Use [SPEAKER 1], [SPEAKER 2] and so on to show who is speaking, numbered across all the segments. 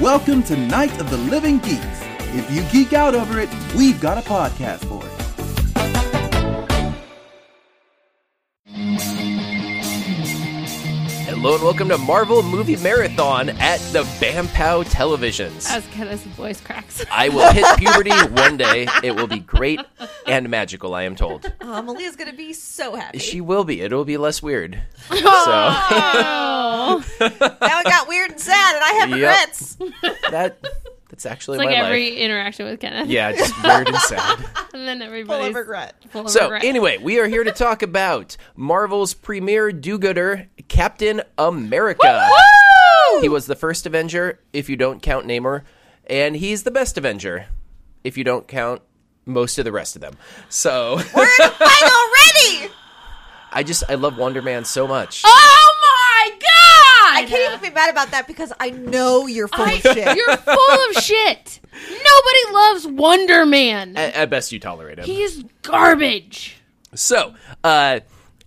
[SPEAKER 1] Welcome to Night of the Living Geeks. If you geek out over it, we've got a podcast for it.
[SPEAKER 2] Hello and welcome to Marvel Movie Marathon at the Bampow Televisions.
[SPEAKER 3] As good as the voice cracks.
[SPEAKER 2] I will hit puberty one day. It will be great and magical, I am told.
[SPEAKER 4] Oh, Malia's gonna be so happy.
[SPEAKER 2] She will be. It'll be less weird. So
[SPEAKER 3] Oh,
[SPEAKER 4] now it got weird and sad, and I have
[SPEAKER 2] Yep.
[SPEAKER 4] regrets.
[SPEAKER 2] that that's actually
[SPEAKER 3] it's like
[SPEAKER 2] my
[SPEAKER 3] every
[SPEAKER 2] life.
[SPEAKER 3] interaction with Kenneth.
[SPEAKER 2] Yeah, just weird and sad.
[SPEAKER 3] and then
[SPEAKER 4] Full
[SPEAKER 3] everybody's
[SPEAKER 4] of regret.
[SPEAKER 3] full of
[SPEAKER 2] So
[SPEAKER 3] regret.
[SPEAKER 2] anyway, we are here to talk about Marvel's premier do-gooder, Captain America. He was the first Avenger, if you don't count Namor, and he's the best Avenger, if you don't count most of the rest of them. So
[SPEAKER 4] We're in the fight already.
[SPEAKER 2] I just I love Wonder Man so much.
[SPEAKER 3] oh my god!
[SPEAKER 4] I can't even be mad about that because I know you're full of shit.
[SPEAKER 3] You're full of shit. Nobody loves Wonder Man.
[SPEAKER 2] At, at best, you tolerate him.
[SPEAKER 3] he is garbage.
[SPEAKER 2] So, uh,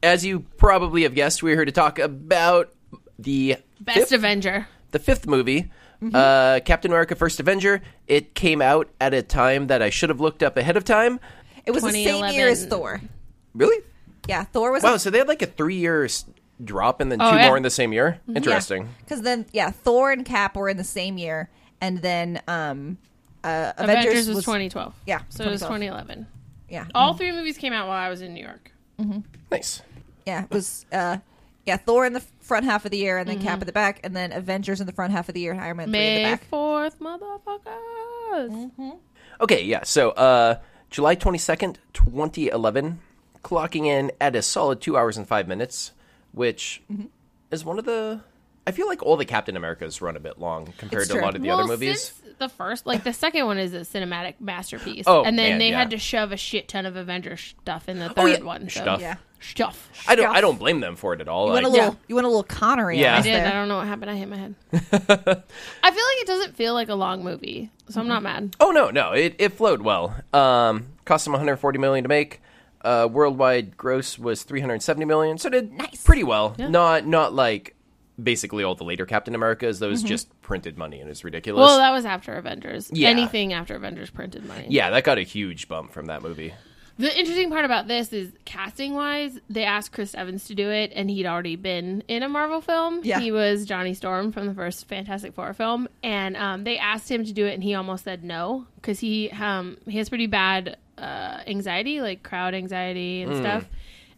[SPEAKER 2] as you probably have guessed, we're here to talk about the
[SPEAKER 3] Best Mm-hmm.
[SPEAKER 2] fifth,
[SPEAKER 3] Avenger.
[SPEAKER 2] the fifth movie, uh, Captain America: First Avenger. It came out at a time that I should have looked up ahead of time.
[SPEAKER 4] It was the same year as
[SPEAKER 3] 2011.
[SPEAKER 4] Thor.
[SPEAKER 2] Really?
[SPEAKER 4] Yeah, Thor was
[SPEAKER 2] Wow. So they had like a three year drop and then two
[SPEAKER 3] Oh, yeah.
[SPEAKER 2] more in the same year. Interesting.
[SPEAKER 4] Because then, yeah, Thor and Cap were in the same year, and then um, uh, Avengers,
[SPEAKER 3] Avengers, was, Oh. 2012.
[SPEAKER 4] Yeah,
[SPEAKER 3] So it was
[SPEAKER 4] 2012.
[SPEAKER 3] 2011.
[SPEAKER 4] Yeah,
[SPEAKER 3] All three movies came out while I was in New York.
[SPEAKER 2] Nice.
[SPEAKER 4] yeah, it was. Uh, yeah, Thor in the front half of the year, and then Cap in the back, and then Avengers in the front half of the year, and Iron Man three in the
[SPEAKER 3] Mm-hmm. May
[SPEAKER 4] back.
[SPEAKER 3] 4th, motherfuckers.
[SPEAKER 2] Okay, yeah. So, uh, July 22nd, 2011, clocking in at a solid two hours and five minutes, which
[SPEAKER 4] Mm-hmm.
[SPEAKER 2] is one of the. I feel like all the Captain Americas run a bit long compared
[SPEAKER 4] It's
[SPEAKER 2] to a
[SPEAKER 4] true.
[SPEAKER 2] lot of the other movies.
[SPEAKER 3] Since the first, like the second one, is a cinematic masterpiece.
[SPEAKER 2] Oh,
[SPEAKER 3] and then
[SPEAKER 2] man,
[SPEAKER 3] they
[SPEAKER 2] yeah. Oh,
[SPEAKER 3] had to shove a shit ton of Avengers stuff in the third
[SPEAKER 2] yeah.
[SPEAKER 3] one. So.
[SPEAKER 2] Stuff.
[SPEAKER 4] Yeah,
[SPEAKER 3] Stuff.
[SPEAKER 2] I don't. I
[SPEAKER 4] Stuff.
[SPEAKER 2] don't blame them for it at all.
[SPEAKER 4] you want a
[SPEAKER 2] Like,
[SPEAKER 4] little, you want a little Connery.
[SPEAKER 2] Yeah.
[SPEAKER 4] on
[SPEAKER 2] I
[SPEAKER 4] us
[SPEAKER 3] I did.
[SPEAKER 4] there.
[SPEAKER 3] I don't know what happened. I hit my head. I feel like it doesn't feel like a long movie, so I'm not mad.
[SPEAKER 2] oh no, no, it it flowed well. Um, cost them 140 million to make. Uh, worldwide gross was 370 million, so it did
[SPEAKER 4] Nice.
[SPEAKER 2] pretty well. Not not like basically all the later Captain Americas. Those
[SPEAKER 4] Mm-hmm.
[SPEAKER 2] just printed money and it's ridiculous.
[SPEAKER 3] Well, that was after Avengers.
[SPEAKER 2] Yeah.
[SPEAKER 3] Anything after Avengers printed money.
[SPEAKER 2] yeah, that got a huge bump from that movie.
[SPEAKER 3] The interesting part about this is casting wise, they asked Chris Evans to do it, and he'd already been in a Marvel film.
[SPEAKER 4] Yeah.
[SPEAKER 3] He was Johnny Storm from the first Fantastic Four film, and um, they asked him to do it, and he almost said no because he um, he has pretty bad uh, anxiety, like crowd anxiety and stuff.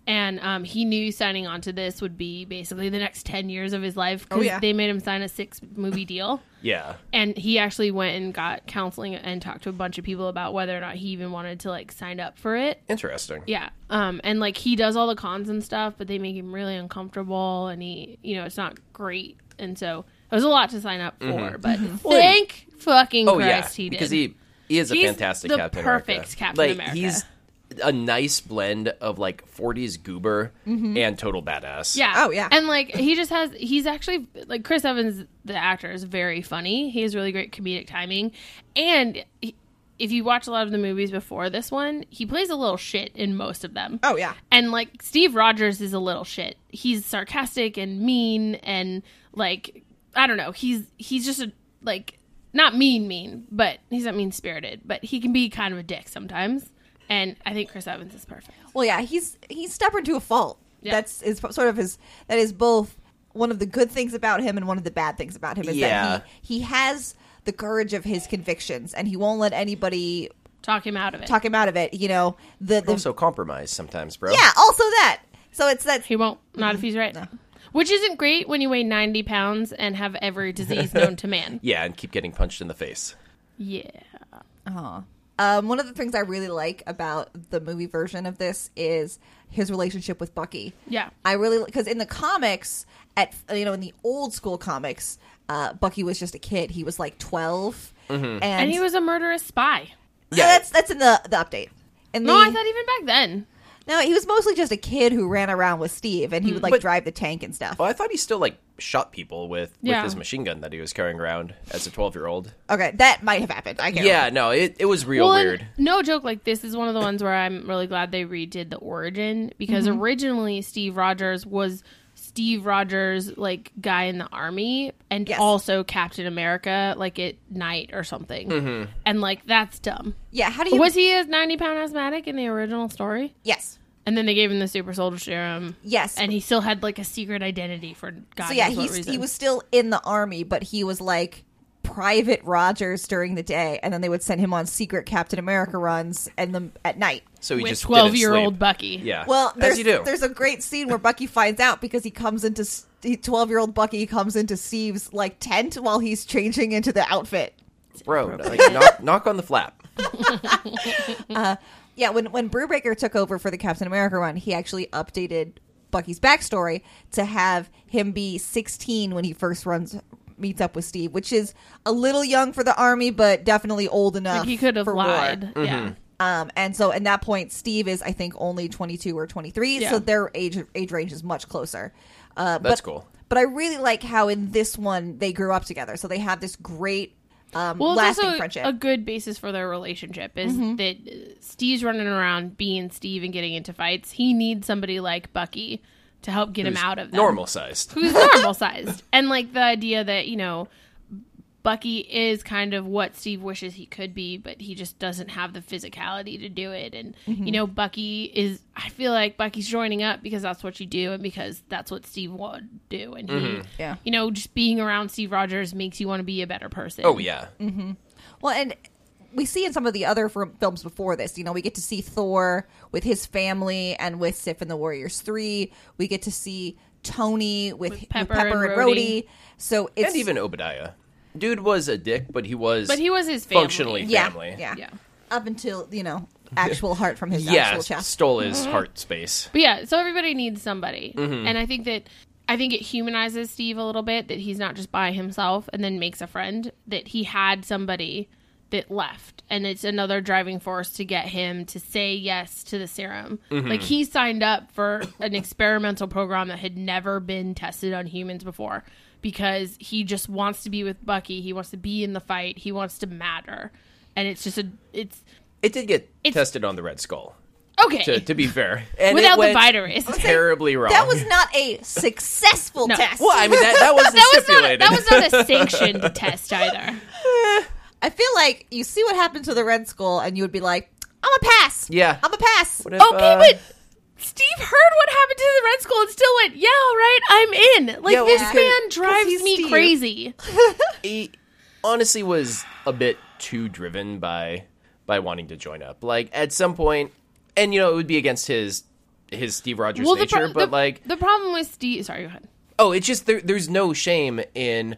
[SPEAKER 3] And um, he knew signing on to this would be basically the next ten years of his life because
[SPEAKER 4] Oh, yeah.
[SPEAKER 3] they made him sign a six movie deal
[SPEAKER 2] Yeah.
[SPEAKER 3] and he actually went and got counseling and talked to a bunch of people about whether or not he even wanted to like sign up for it
[SPEAKER 2] Interesting.
[SPEAKER 3] yeah um and like he does all the cons and stuff but they make him really uncomfortable and he you know it's not great and so it was a lot to sign up for but thank fucking
[SPEAKER 2] Mm-hmm. Oh
[SPEAKER 3] christ
[SPEAKER 2] yeah.
[SPEAKER 3] he did
[SPEAKER 2] Because he, he is a
[SPEAKER 3] He's
[SPEAKER 2] fantastic
[SPEAKER 3] the
[SPEAKER 2] Captain
[SPEAKER 3] perfect
[SPEAKER 2] America.
[SPEAKER 3] Captain
[SPEAKER 2] like,
[SPEAKER 3] America.
[SPEAKER 2] He's a nice blend of like 40s goober and total badass.
[SPEAKER 3] Mm-hmm. Yeah.
[SPEAKER 4] Oh, yeah.
[SPEAKER 3] And like he just has he's actually like Chris Evans the actor is very funny. He has really great comedic timing and he- if you watch a lot of the movies before this one, he plays a little shit in most of them.
[SPEAKER 4] Oh yeah,
[SPEAKER 3] And like Steve Rogers is a little shit. He's sarcastic and mean and like I don't know. He's he's just a like not mean mean, but he's not mean spirited, but he can be kind of a dick sometimes. And I think Chris Evans is perfect.
[SPEAKER 4] Well, yeah, he's he's stubborn to a fault.
[SPEAKER 3] Yeah.
[SPEAKER 4] That's is sort of his. That is both one of the good things about him and one of the bad things about him is
[SPEAKER 2] Yeah.
[SPEAKER 4] that he he has the courage of his convictions and he won't let anybody
[SPEAKER 3] Talk him out of it.
[SPEAKER 4] talk him out of it. You know the, the
[SPEAKER 2] Also compromise sometimes, bro.
[SPEAKER 4] yeah. Also that. So it's that.
[SPEAKER 3] He won't. Not if he's right. Which isn't great when you weigh 90 pounds and have every disease known to man.
[SPEAKER 2] Yeah, and keep getting punched in the face.
[SPEAKER 3] Yeah.
[SPEAKER 4] Um, one of the things I really like about the movie version of this is his relationship with Bucky.
[SPEAKER 3] Yeah.
[SPEAKER 4] I really because in the comics, at you know in the old school comics, uh, Bucky was just a kid. He was like 12
[SPEAKER 2] Mm-hmm.
[SPEAKER 4] and,
[SPEAKER 3] And he was a murderous spy.
[SPEAKER 2] Yeah.
[SPEAKER 4] Yeah, that's that's in the the update. And
[SPEAKER 3] No,
[SPEAKER 4] the,
[SPEAKER 3] I thought even back then.
[SPEAKER 4] no, he was mostly just a kid who ran around with Steve, and he would like
[SPEAKER 2] Hmm, But-
[SPEAKER 4] drive the tank and stuff.
[SPEAKER 2] Well, I thought he still like shot people with
[SPEAKER 3] Yeah.
[SPEAKER 2] with his machine gun that he was carrying around as a 12 year old.
[SPEAKER 4] Okay, that might have happened. I can't.
[SPEAKER 2] Yeah, no, it, it was real
[SPEAKER 3] and
[SPEAKER 2] weird.
[SPEAKER 3] no joke, like this is one of the ones where I'm really glad they redid the origin because originally Steve Rogers was Ste Steve Rogers like guy in the army and
[SPEAKER 4] Yes.
[SPEAKER 3] also Captain America like at night or something. And like that's dumb.
[SPEAKER 4] Yeah, how do you?
[SPEAKER 3] Was he a 90 pound asthmatic in the original story?
[SPEAKER 4] yes,
[SPEAKER 3] And then they gave him the super soldier serum.
[SPEAKER 4] yes.
[SPEAKER 3] And he still had like a secret identity for God
[SPEAKER 4] so yeah,
[SPEAKER 3] knows what
[SPEAKER 4] he's,
[SPEAKER 3] reason.
[SPEAKER 4] he was still in the army, but he was like Private Rogers during the day, and then they would send him on secret Captain America runs and the at night.
[SPEAKER 2] So he
[SPEAKER 3] with
[SPEAKER 2] just
[SPEAKER 3] 12
[SPEAKER 2] twelve
[SPEAKER 3] year old Bucky.
[SPEAKER 2] Yeah.
[SPEAKER 4] Well,
[SPEAKER 2] as
[SPEAKER 4] there's,
[SPEAKER 2] you do.
[SPEAKER 4] there's a great scene where Bucky finds out because he comes into twelve year old Bucky comes into Steve's like tent while he's changing into the outfit.
[SPEAKER 2] Bro, like, knock, knock on the flap.
[SPEAKER 4] Yeah, when when Brubaker took over for the Captain America run, he actually updated Bucky's backstory to have him be 16 when he first runs meets up with Steve, which is a little young for the army, but definitely old enough.
[SPEAKER 3] Like he could have
[SPEAKER 4] for war.
[SPEAKER 3] lied.
[SPEAKER 2] Mm-hmm.
[SPEAKER 3] Yeah.
[SPEAKER 4] Um, and so at that point, Steve is I think only 22 or 23,
[SPEAKER 3] Yeah.
[SPEAKER 4] so their age age range is much closer. Uh,
[SPEAKER 2] That's
[SPEAKER 4] but,
[SPEAKER 2] cool.
[SPEAKER 4] But I really like how in this one they grew up together, so they have this great um,
[SPEAKER 3] Well, it's
[SPEAKER 4] lasting
[SPEAKER 3] also
[SPEAKER 4] friendship. Mm-hmm.
[SPEAKER 3] a good basis for their relationship is that uh, Steve's running around being Steve and getting into fights. He needs somebody like Bucky to help get him out of them.
[SPEAKER 2] Normal sized.
[SPEAKER 3] who's normal sized. And like the idea that, you know, Bucky is kind of what Steve wishes he could be, but he just doesn't have the physicality to do it. And, you know, Bucky is, I feel like Bucky's joining up because that's what you do and because that's what Steve would do. And he,
[SPEAKER 4] Yeah.
[SPEAKER 3] you know, just being around Steve Rogers makes you want to be a better person.
[SPEAKER 2] Oh yeah.
[SPEAKER 3] Mm-hmm.
[SPEAKER 4] Well, and we see in some of the other fr- films before this, you know, we get to see Thor with his family and with Sif and the Warriors 3. We get to see Tony with, with Pepper, and, Rhodey. So it's
[SPEAKER 2] And even Obadiah. Dude was a dick, but he was
[SPEAKER 3] But he was his family.
[SPEAKER 2] functionally
[SPEAKER 4] yeah,
[SPEAKER 2] family.
[SPEAKER 4] Yeah.
[SPEAKER 3] Yeah.
[SPEAKER 4] Up until, you know, actual heart from his
[SPEAKER 2] Yeah,
[SPEAKER 4] actual chest.
[SPEAKER 2] stole his
[SPEAKER 3] Mm-hmm.
[SPEAKER 2] heart space.
[SPEAKER 3] But yeah, so everybody needs somebody.
[SPEAKER 2] Mm-hmm.
[SPEAKER 3] And I think that I think it humanizes Steve a little bit that he's not just by himself and then makes a friend, that he had somebody that left. And it's another driving force to get him to say yes to the serum.
[SPEAKER 2] Mm-hmm.
[SPEAKER 3] Like he signed up for an experimental program that had never been tested on humans before because he just wants to be with Bucky. He wants to be in the fight. He wants to matter. And it's just a it's
[SPEAKER 2] It did get
[SPEAKER 3] It's-
[SPEAKER 2] tested on the Red Skull.
[SPEAKER 3] okay.
[SPEAKER 2] To, to be fair, and it
[SPEAKER 3] Without the
[SPEAKER 2] went
[SPEAKER 3] virus.
[SPEAKER 2] terribly wrong.
[SPEAKER 4] That was not a successful
[SPEAKER 3] No.
[SPEAKER 4] test.
[SPEAKER 2] well. I mean, that, that wasn't
[SPEAKER 3] that was not a,
[SPEAKER 2] stipulated.
[SPEAKER 3] that was not a sanctioned test either.
[SPEAKER 4] I feel like you see what happened to the Red Skull and you would be like, I'm a pass.
[SPEAKER 2] Yeah.
[SPEAKER 4] I'm a pass.
[SPEAKER 2] What if,
[SPEAKER 3] Oh, okay,
[SPEAKER 2] uh,
[SPEAKER 3] but Steve heard what happened to the Red Skull and still went, "Yeah, all right, I'm in." Like
[SPEAKER 2] Yeah, well,
[SPEAKER 3] this
[SPEAKER 2] because-
[SPEAKER 3] man
[SPEAKER 4] he's
[SPEAKER 3] drives me
[SPEAKER 4] Steve.
[SPEAKER 3] crazy.
[SPEAKER 2] he honestly was a bit too driven by by wanting to join up. Like at some point, and you know, it would be against his his Steve Rogers
[SPEAKER 3] Well, the
[SPEAKER 2] nature.
[SPEAKER 3] pro-
[SPEAKER 2] but
[SPEAKER 3] the-
[SPEAKER 2] like,
[SPEAKER 3] the problem with Steve, sorry, go ahead.
[SPEAKER 2] oh, it's just there, there's no shame in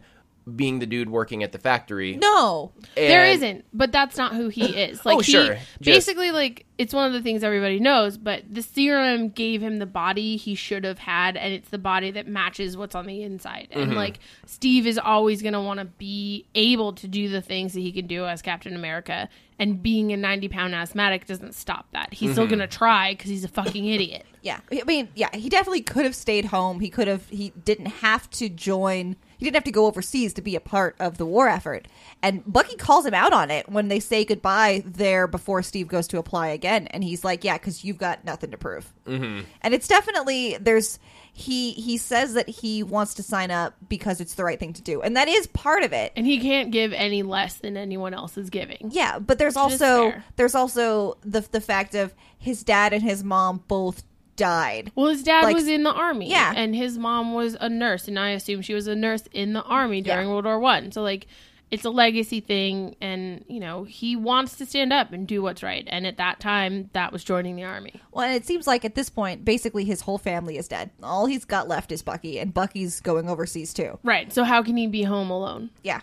[SPEAKER 2] being the dude working at the factory.
[SPEAKER 4] No.
[SPEAKER 3] there
[SPEAKER 2] and-
[SPEAKER 3] isn't, but that's not who he is. Like
[SPEAKER 2] Oh,
[SPEAKER 3] he
[SPEAKER 2] sure. Just-
[SPEAKER 3] basically like it's one of the things everybody knows, but the serum gave him the body he should have had and it's the body that matches what's on the inside. And
[SPEAKER 2] Mm-hmm.
[SPEAKER 3] like Steve is always going to want to be able to do the things that he can do as Captain America and being a 90-pound asthmatic doesn't stop that. He's
[SPEAKER 2] Mm-hmm.
[SPEAKER 3] still going to try cuz he's a fucking idiot.
[SPEAKER 4] Yeah, I mean, yeah, he definitely could have stayed home. He could have. He didn't have to join. He didn't have to go overseas to be a part of the war effort. And Bucky calls him out on it when they say goodbye there before Steve goes to apply again. And he's like, "Yeah, because you've got nothing to prove." Mm-hmm. And it's definitely there's he he says that he wants to sign up because it's the right thing to do, and that is part of it.
[SPEAKER 3] And he can't give any less than anyone else is giving.
[SPEAKER 4] Yeah, but there's
[SPEAKER 3] Which is
[SPEAKER 4] also
[SPEAKER 3] fair.
[SPEAKER 4] there's also the the fact of his dad and his mom both died.
[SPEAKER 3] Well, his dad
[SPEAKER 4] Like-
[SPEAKER 3] was in the army,
[SPEAKER 4] Yeah.
[SPEAKER 3] and his mom was a nurse, and I assume she was a nurse in the army during
[SPEAKER 4] Yeah.
[SPEAKER 3] World War One. So, like, it's a legacy thing, and you know he wants to stand up and do what's right. And at that time, that was joining the army.
[SPEAKER 4] Well, and it seems like at this point, basically his whole family is dead. All he's got left is Bucky, and Bucky's going overseas too.
[SPEAKER 3] Right. So, how can he be home alone?
[SPEAKER 4] Yeah.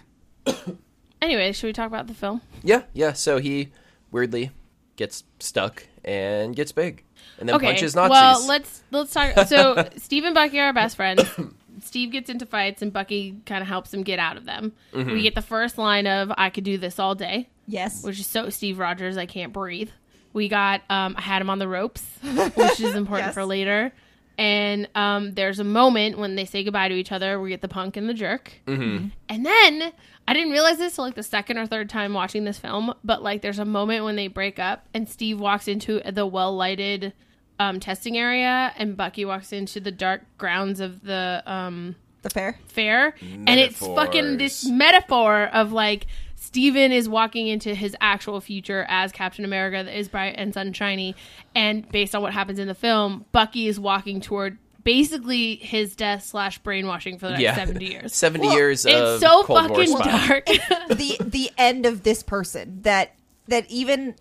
[SPEAKER 3] Anyway, should we talk about the film?
[SPEAKER 2] Yeah, yeah. So he weirdly gets stuck and gets big, and then punches Nazis.
[SPEAKER 3] Well, let's let's talk. So Steve and Bucky are our best friends. Steve gets into fights, and Bucky kind of helps him get out of them. We get the first line of "I could do this all day."
[SPEAKER 4] Yes.
[SPEAKER 3] which is so Steve Rogers. I can't breathe. We got um, I had him on the ropes, which is important
[SPEAKER 4] Yes.
[SPEAKER 3] for later. And um, there's a moment when they say goodbye to each other. We get the punk and the jerk, and then I didn't realize this till like the second or third time watching this film. But like, there's a moment when they break up, and Steve walks into the well lighted um, testing area, and Bucky walks into the dark grounds of the um,
[SPEAKER 4] The fair.
[SPEAKER 3] fair, and it's fucking this
[SPEAKER 2] Metaphors.
[SPEAKER 3] metaphor of like Steven is walking into his actual future as Captain America that is bright and sunshiny, and based on what happens in the film, Bucky is walking toward basically his death slash brainwashing for the next
[SPEAKER 2] yeah,
[SPEAKER 3] seventy years.
[SPEAKER 2] 70 years of
[SPEAKER 3] It's so
[SPEAKER 2] Cold War
[SPEAKER 3] fucking
[SPEAKER 2] spy.
[SPEAKER 3] dark.
[SPEAKER 4] the the end of this person that that even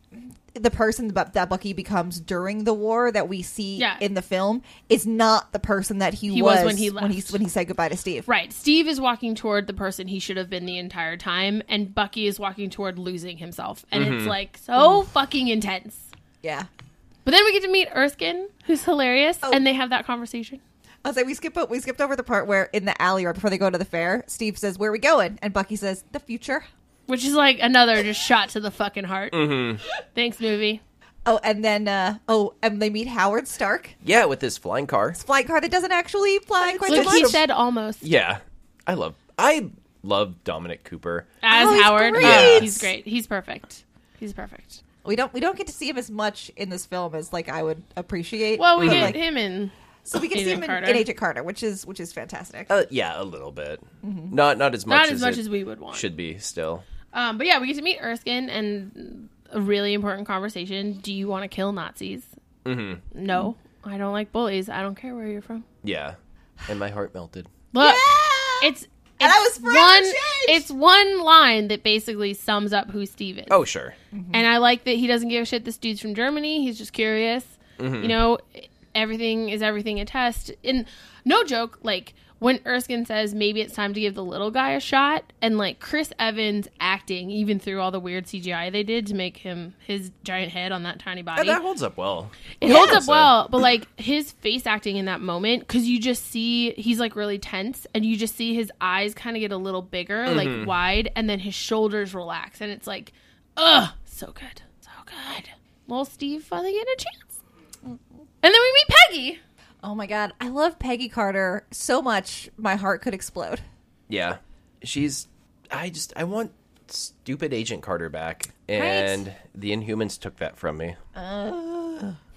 [SPEAKER 4] the person that that Bucky becomes during the war that we see
[SPEAKER 3] Yeah.
[SPEAKER 4] in the film is not the person that he,
[SPEAKER 3] He
[SPEAKER 4] was,
[SPEAKER 3] was when he
[SPEAKER 4] when he
[SPEAKER 3] left.
[SPEAKER 4] when he said goodbye to Steve.
[SPEAKER 3] right. Steve is walking toward the person he should have been the entire time, and Bucky is walking toward losing himself. And it's
[SPEAKER 2] Mm-hmm.
[SPEAKER 3] like so fucking intense.
[SPEAKER 4] Yeah.
[SPEAKER 3] But then we get to meet Erskine, who's hilarious,
[SPEAKER 4] Oh.
[SPEAKER 3] and they have that conversation.
[SPEAKER 4] I was like, we skip o- we skipped over the part where in the alley right before they go to the fair, Steve says, "Where are we going?" and Bucky says, "The future."
[SPEAKER 3] Which is like another just shot to the fucking heart.
[SPEAKER 2] Mm-hmm.
[SPEAKER 3] Thanks, movie.
[SPEAKER 4] Oh, and then uh, oh, and they meet Howard Stark,
[SPEAKER 2] Yeah, with this flying car.
[SPEAKER 4] flight car that doesn't actually fly quite so
[SPEAKER 3] Look, he
[SPEAKER 4] much.
[SPEAKER 3] said almost.
[SPEAKER 2] Yeah. I love I love Dominic Cooper.
[SPEAKER 3] As
[SPEAKER 4] Oh, he's
[SPEAKER 3] Howard.
[SPEAKER 4] great.
[SPEAKER 3] Yeah, he's great. He's perfect. He's perfect.
[SPEAKER 4] we don't we don't get to see him as much in this film as like I would appreciate.
[SPEAKER 3] Well, we
[SPEAKER 2] Mm-hmm.
[SPEAKER 4] But,
[SPEAKER 3] get
[SPEAKER 4] like,
[SPEAKER 3] him in.
[SPEAKER 4] so we can see
[SPEAKER 3] Agent
[SPEAKER 4] him in,
[SPEAKER 3] Carter.
[SPEAKER 4] in Agent Carter, which is which is fantastic.
[SPEAKER 2] Uh, yeah, a little bit. Not not as much
[SPEAKER 3] Mm-hmm.
[SPEAKER 2] as
[SPEAKER 3] Not as much
[SPEAKER 2] it
[SPEAKER 3] as we would want.
[SPEAKER 2] should be still.
[SPEAKER 3] Um, but yeah, we get to meet Erskine and a really important conversation. Do you want to kill Nazis? Mm-hmm. No, I don't like bullies. I don't care where you're from.
[SPEAKER 2] Yeah. And my heart melted.
[SPEAKER 3] Look,
[SPEAKER 4] Yeah!
[SPEAKER 3] it's.
[SPEAKER 4] And
[SPEAKER 3] it's
[SPEAKER 4] I was forever
[SPEAKER 3] one.
[SPEAKER 4] changed!
[SPEAKER 3] It's one line that basically sums up who Steve is.
[SPEAKER 2] Oh, sure.
[SPEAKER 3] And I like that he doesn't give a shit. This dude's from Germany. He's just curious. You know, everything is everything a test. And no joke, like when Erskine says maybe it's time to give the little guy a shot, and like Chris Evans acting even through all the weird CGI they did to make him his giant head on that tiny
[SPEAKER 2] And
[SPEAKER 3] body,
[SPEAKER 2] that holds up well.
[SPEAKER 3] it holds up
[SPEAKER 2] So-
[SPEAKER 3] well. But like his face acting in that moment, because you just see he's like really tense, and you just see his eyes kind of get a little bigger, like wide, and then his shoulders relax, and it's like, ugh, so good, so good. Little Steve finally getting a chance, and then we meet Peggy.
[SPEAKER 4] Oh my god, I love Peggy Carter so much, my heart could explode.
[SPEAKER 2] Yeah. She's I just I want stupid Agent Carter back. And the Inhumans took that from me.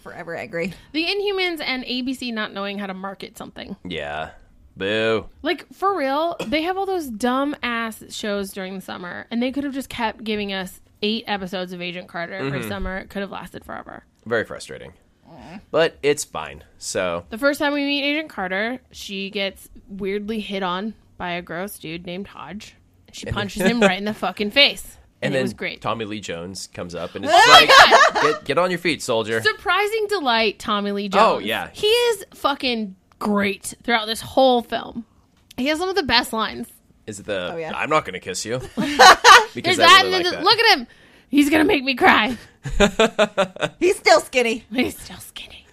[SPEAKER 4] Forever angry.
[SPEAKER 3] The Inhumans and ABC not knowing how to market something.
[SPEAKER 2] Yeah. Boo.
[SPEAKER 3] Like for real, they have all those dumb ass shows during the summer, and they could have just kept giving us eight episodes of Agent Carter every summer. It could have lasted forever.
[SPEAKER 2] Very frustrating.
[SPEAKER 3] Mm.
[SPEAKER 2] But it's fine. So
[SPEAKER 3] The first time we meet Agent Carter, she gets weirdly hit on by a gross dude named Hodge. She punches him right in the fucking face. And,
[SPEAKER 2] and
[SPEAKER 3] it
[SPEAKER 2] then
[SPEAKER 3] was great.
[SPEAKER 2] Tommy Lee Jones comes up and is just like get, get on your feet, soldier.
[SPEAKER 3] Surprising delight, Tommy Lee Jones.
[SPEAKER 2] Oh, yeah.
[SPEAKER 3] He is fucking great throughout this whole film. He has some of the best lines.
[SPEAKER 2] Is it the
[SPEAKER 4] Oh, yeah.
[SPEAKER 2] I'm not gonna kiss you?
[SPEAKER 3] There's
[SPEAKER 2] because
[SPEAKER 3] that,
[SPEAKER 2] I really
[SPEAKER 3] and then
[SPEAKER 2] like
[SPEAKER 3] the-
[SPEAKER 2] that.
[SPEAKER 3] look at him. He's gonna make me cry.
[SPEAKER 4] He's still skinny.
[SPEAKER 3] He's still skinny.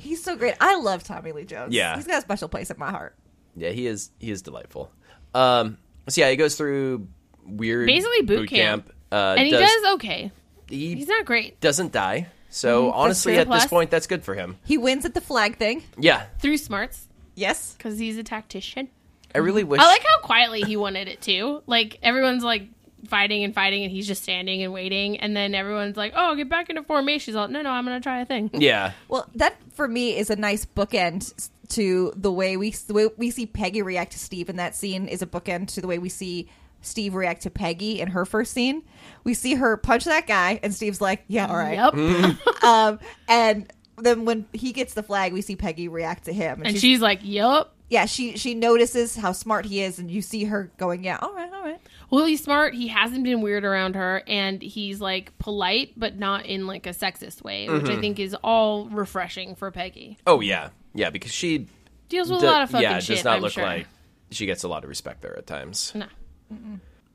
[SPEAKER 4] He's so great. I love Tommy Lee Jones.
[SPEAKER 2] Yeah.
[SPEAKER 4] He's got a special place in my heart.
[SPEAKER 2] Yeah, he is he is delightful. Um so yeah, he goes through weird
[SPEAKER 3] Basically boot camp.
[SPEAKER 2] Uh,
[SPEAKER 3] And he
[SPEAKER 2] does,
[SPEAKER 3] does okay.
[SPEAKER 2] he
[SPEAKER 3] He's not great.
[SPEAKER 2] doesn't die. So honestly
[SPEAKER 3] true.
[SPEAKER 2] at this
[SPEAKER 3] Mm-hmm. Plus-
[SPEAKER 2] point that's good for him.
[SPEAKER 4] He wins at the flag thing.
[SPEAKER 2] Yeah.
[SPEAKER 3] Through smarts,
[SPEAKER 4] Yes.
[SPEAKER 3] because he's a tactician.
[SPEAKER 2] I really wish
[SPEAKER 3] I like how quietly he wanted it too. Like everyone's like fighting and fighting, and he's just standing and waiting. And then everyone's like, "Oh, get back into formation." He's like, "No, no, I'm gonna try a thing."
[SPEAKER 2] Yeah.
[SPEAKER 4] Well, that for me is a nice bookend s- to the way we the way we see Peggy react to Steve in that scene is a bookend to the way we see Steve react to Peggy in her first scene. We see her punch that guy and Steve's like, "Yeah, all right."
[SPEAKER 3] Yep.
[SPEAKER 2] Mm-hmm.
[SPEAKER 4] Um and then when he gets the flag, we see Peggy react to him
[SPEAKER 3] And she's like, "Yep."
[SPEAKER 4] yeah, she she notices how smart he is, and you see her going, yeah, all right, all right.
[SPEAKER 3] Well, he's smart. He hasn't been weird around her, and he's like polite, but not in like a sexist way, which
[SPEAKER 2] Mm-hmm.
[SPEAKER 3] I think is all refreshing for Peggy.
[SPEAKER 2] Oh yeah. Yeah, because she
[SPEAKER 3] Deals with
[SPEAKER 2] do-
[SPEAKER 3] a lot of fucking
[SPEAKER 2] yeah, does
[SPEAKER 3] shit.
[SPEAKER 2] not
[SPEAKER 3] I'm
[SPEAKER 2] look
[SPEAKER 3] sure.
[SPEAKER 2] like she gets a lot of respect there at times.
[SPEAKER 3] no.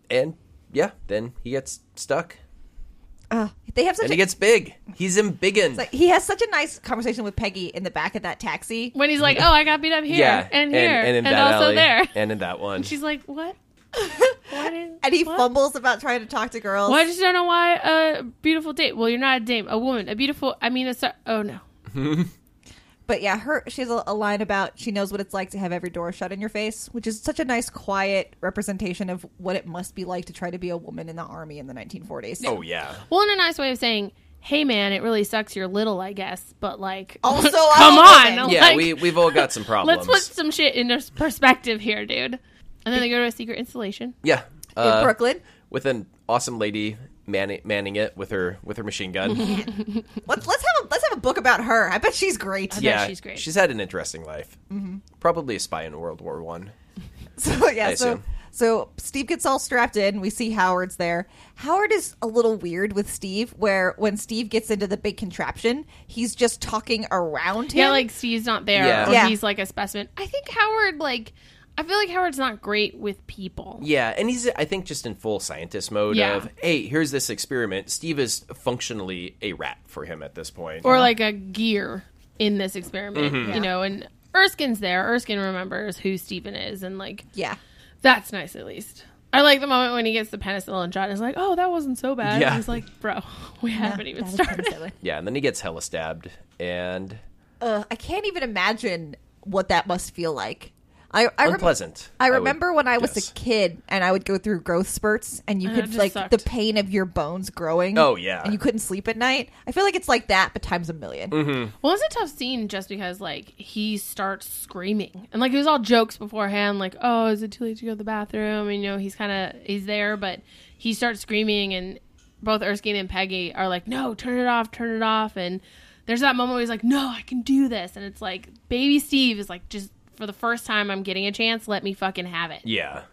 [SPEAKER 2] And yeah, then he gets stuck.
[SPEAKER 4] Uh, They have such
[SPEAKER 2] And
[SPEAKER 4] a,
[SPEAKER 2] he gets big. He's embiggened.
[SPEAKER 4] like, he has such a nice conversation with Peggy in the back of that taxi.
[SPEAKER 3] When he's like, "Oh, I got beat up here
[SPEAKER 2] yeah.
[SPEAKER 3] and here
[SPEAKER 2] and,
[SPEAKER 3] and,
[SPEAKER 2] in that
[SPEAKER 3] also
[SPEAKER 2] alley,
[SPEAKER 3] there,"
[SPEAKER 2] And in that one.
[SPEAKER 3] she's like, "What? Why did?"
[SPEAKER 4] And he
[SPEAKER 3] what?
[SPEAKER 4] fumbles about trying to talk to girls.
[SPEAKER 3] Well, I just don't know why a beautiful dame. Well, you're not a dame, a woman, a beautiful. I mean, a star. Oh no,
[SPEAKER 4] But yeah, her she has a, a line about she knows what it's like to have every door shut in your face, which is such a nice, quiet representation of what it must be like to try to be a woman in the army in the 1940s.
[SPEAKER 2] oh yeah.
[SPEAKER 3] Well, in a nice way of saying hey man, it really sucks you're little, I guess, but like,
[SPEAKER 4] Also,
[SPEAKER 3] come
[SPEAKER 4] I'm
[SPEAKER 3] on,
[SPEAKER 4] open.
[SPEAKER 2] Yeah,
[SPEAKER 3] like,
[SPEAKER 2] we we've all got some
[SPEAKER 3] let's
[SPEAKER 2] problems.
[SPEAKER 3] put some shit into s- perspective here, dude. And then they go to a secret installation.
[SPEAKER 2] yeah,
[SPEAKER 4] in
[SPEAKER 2] uh,
[SPEAKER 4] Brooklyn.
[SPEAKER 2] with an awesome lady manning, manning it with her with her machine gun.
[SPEAKER 4] Let's let's have a, let's have a book about her. I bet she's great.
[SPEAKER 3] bet
[SPEAKER 2] yeah,
[SPEAKER 3] she's great. Mm-hmm.
[SPEAKER 2] She's had an interesting life. Probably a spy in World War One.
[SPEAKER 4] So yeah,
[SPEAKER 2] I
[SPEAKER 4] so
[SPEAKER 2] assume.
[SPEAKER 4] so Steve gets all strapped in. We see Howard's there. Howard is a little weird with Steve, where when Steve gets into the big contraption, he's just talking around him.
[SPEAKER 3] Yeah, like Steve's not there,
[SPEAKER 2] Yeah.
[SPEAKER 3] or
[SPEAKER 4] Yeah.
[SPEAKER 3] he's like a specimen. I think Howard, like, I feel like Howard's not great with people.
[SPEAKER 2] Yeah, and he's I think just in full scientist mode
[SPEAKER 3] Yeah.
[SPEAKER 2] of hey, here's this experiment. Steve is functionally a rat for him at this point.
[SPEAKER 3] or like a gear in this experiment,
[SPEAKER 2] Mm-hmm.
[SPEAKER 3] you know. And Erskine's there. Erskine remembers who Stephen is, and like
[SPEAKER 4] yeah.
[SPEAKER 3] that's nice at least. I like the moment when he gets the penicillin shot. And is like, oh, that wasn't so bad.
[SPEAKER 2] Yeah.
[SPEAKER 3] And he's like, bro, we haven't even started.
[SPEAKER 2] yeah, and then he gets hella stabbed and
[SPEAKER 4] Ugh, I can't even imagine what that must feel like. I, I rem-
[SPEAKER 2] unpleasant.
[SPEAKER 4] I
[SPEAKER 2] would
[SPEAKER 4] remember when I was
[SPEAKER 2] guess.
[SPEAKER 4] a kid and I would go through growth spurts and you
[SPEAKER 3] And it
[SPEAKER 4] could
[SPEAKER 3] just
[SPEAKER 4] like
[SPEAKER 3] sucked.
[SPEAKER 4] the pain of your bones growing.
[SPEAKER 2] Oh, yeah.
[SPEAKER 4] And you couldn't sleep at night. I feel like it's like that but times a 1000000
[SPEAKER 2] Mm-hmm.
[SPEAKER 3] Well, it's a tough scene just because like he starts screaming and like it was all jokes beforehand, like oh, is it too late to go to the bathroom? And you know he's kind of he's there, but he starts screaming, and both Erskine and Peggy are like, no, turn it off, turn it off. And there's that moment where he's like, no, I can do this, and it's like baby Steve is like, just for the first time, I'm getting a chance. Let me fucking have it.
[SPEAKER 2] Yeah.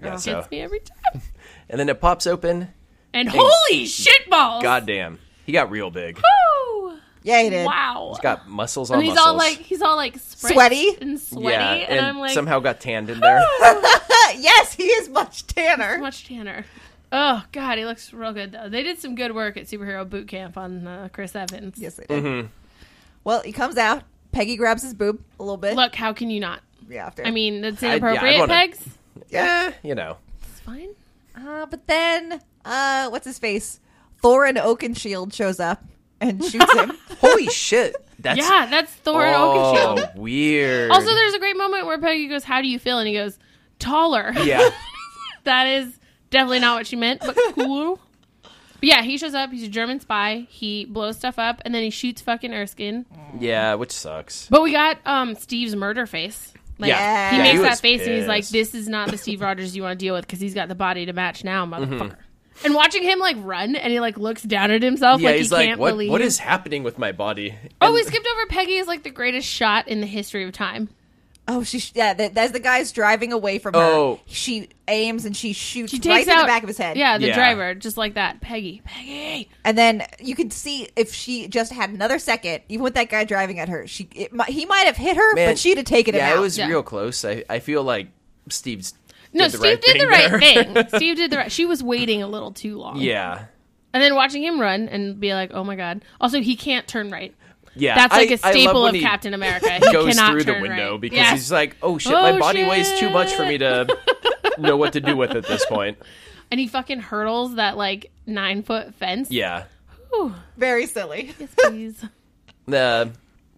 [SPEAKER 2] Yeah,
[SPEAKER 3] Hits
[SPEAKER 2] so.
[SPEAKER 3] Oh, me every time.
[SPEAKER 2] And then it pops open.
[SPEAKER 3] And holy shit balls!
[SPEAKER 2] Goddamn. He got real big.
[SPEAKER 3] Woo!
[SPEAKER 4] Yeah, he did.
[SPEAKER 3] Wow.
[SPEAKER 2] He's got muscles on
[SPEAKER 3] and he's
[SPEAKER 2] muscles.
[SPEAKER 3] all like, he's all like spritzed
[SPEAKER 4] Sweaty?
[SPEAKER 3] and sweaty, and, I'm like,
[SPEAKER 2] somehow got tanned in there.
[SPEAKER 4] yes, he is much tanner.
[SPEAKER 3] much tanner. Oh God, he looks real good though. They did some good work at superhero boot camp on uh, Chris Evans.
[SPEAKER 4] Yes, he did.
[SPEAKER 2] Mm-hmm.
[SPEAKER 4] Well, he comes out. Peggy grabs his boob a little bit.
[SPEAKER 3] Look, how can you not?
[SPEAKER 4] Yeah, after.
[SPEAKER 3] I mean, that's
[SPEAKER 2] I'd- yeah, I'd
[SPEAKER 3] inappropriate,
[SPEAKER 2] wanna-
[SPEAKER 3] Pegs.
[SPEAKER 2] yeah, you know.
[SPEAKER 3] It's fine.
[SPEAKER 4] Uh, but then, uh, what's his face? Thorin Oakenshield shows up and shoots him.
[SPEAKER 2] Holy shit. That's
[SPEAKER 3] yeah, that's Thor and
[SPEAKER 2] oh,
[SPEAKER 3] Oakenshield.
[SPEAKER 2] weird.
[SPEAKER 3] Also, there's a great moment where Peggy goes, "How do you feel?" and he goes, "Taller."
[SPEAKER 2] Yeah.
[SPEAKER 3] that is definitely not what she meant, but cool. But yeah, he shows up. He's a German spy. He blows stuff up, and then he shoots fucking Erskine.
[SPEAKER 2] Yeah, which sucks.
[SPEAKER 3] But we got um Steve's murder face. Like,
[SPEAKER 2] yeah.
[SPEAKER 4] He
[SPEAKER 2] yeah,
[SPEAKER 3] he makes
[SPEAKER 2] was
[SPEAKER 3] that face and he's like,
[SPEAKER 2] pissed.
[SPEAKER 3] "This is not the Steve Rogers you want to deal with because he's got the body to match now,
[SPEAKER 2] Mm-hmm.
[SPEAKER 3] motherfucker." And watching him like run and he like looks down at himself
[SPEAKER 2] Yeah,
[SPEAKER 3] like
[SPEAKER 2] he's
[SPEAKER 3] he
[SPEAKER 2] like,
[SPEAKER 3] can't
[SPEAKER 2] what,
[SPEAKER 3] believe.
[SPEAKER 2] what is happening with my body?
[SPEAKER 3] Oh, we skipped over Peggy is like the greatest shot in the history of time.
[SPEAKER 4] oh, she sh- yeah. That, that's the guy's driving away from her.
[SPEAKER 2] Oh.
[SPEAKER 4] She aims and she shoots
[SPEAKER 3] She takes
[SPEAKER 4] right in
[SPEAKER 3] out
[SPEAKER 4] the back of his head.
[SPEAKER 3] Yeah, the
[SPEAKER 2] Yeah.
[SPEAKER 3] driver just like that. Peggy, Peggy.
[SPEAKER 4] And then you can see if she just had another second, even with that guy driving at her, she it, mi- he might have hit her,
[SPEAKER 2] Man,
[SPEAKER 4] but she'd have taken him
[SPEAKER 2] yeah,
[SPEAKER 4] out.
[SPEAKER 2] it was
[SPEAKER 3] Yeah.
[SPEAKER 2] real close. I, I feel like Steve's
[SPEAKER 3] No,
[SPEAKER 2] did the
[SPEAKER 3] Steve
[SPEAKER 2] right
[SPEAKER 3] did
[SPEAKER 2] thing
[SPEAKER 3] the right
[SPEAKER 2] there.
[SPEAKER 3] thing. Steve did the right. She was waiting a little too long.
[SPEAKER 2] yeah.
[SPEAKER 3] and then watching him run and be like, "Oh my god!" Also, he can't turn right.
[SPEAKER 2] Yeah.
[SPEAKER 3] That's like
[SPEAKER 2] I-
[SPEAKER 3] a
[SPEAKER 2] I love
[SPEAKER 3] staple
[SPEAKER 2] when
[SPEAKER 3] of
[SPEAKER 2] he
[SPEAKER 3] Captain America. He
[SPEAKER 2] goes
[SPEAKER 3] cannot
[SPEAKER 2] through the
[SPEAKER 3] turn
[SPEAKER 2] window
[SPEAKER 3] right.
[SPEAKER 2] because
[SPEAKER 3] Yes.
[SPEAKER 2] he's like, oh shit,
[SPEAKER 3] Oh,
[SPEAKER 2] my body weighs too much for me
[SPEAKER 3] shit.
[SPEAKER 2] to know what to do with at this point.
[SPEAKER 3] and he fucking hurdles that like nine foot fence.
[SPEAKER 2] Yeah.
[SPEAKER 3] Whew.
[SPEAKER 4] very silly.
[SPEAKER 3] Yes, please.
[SPEAKER 2] The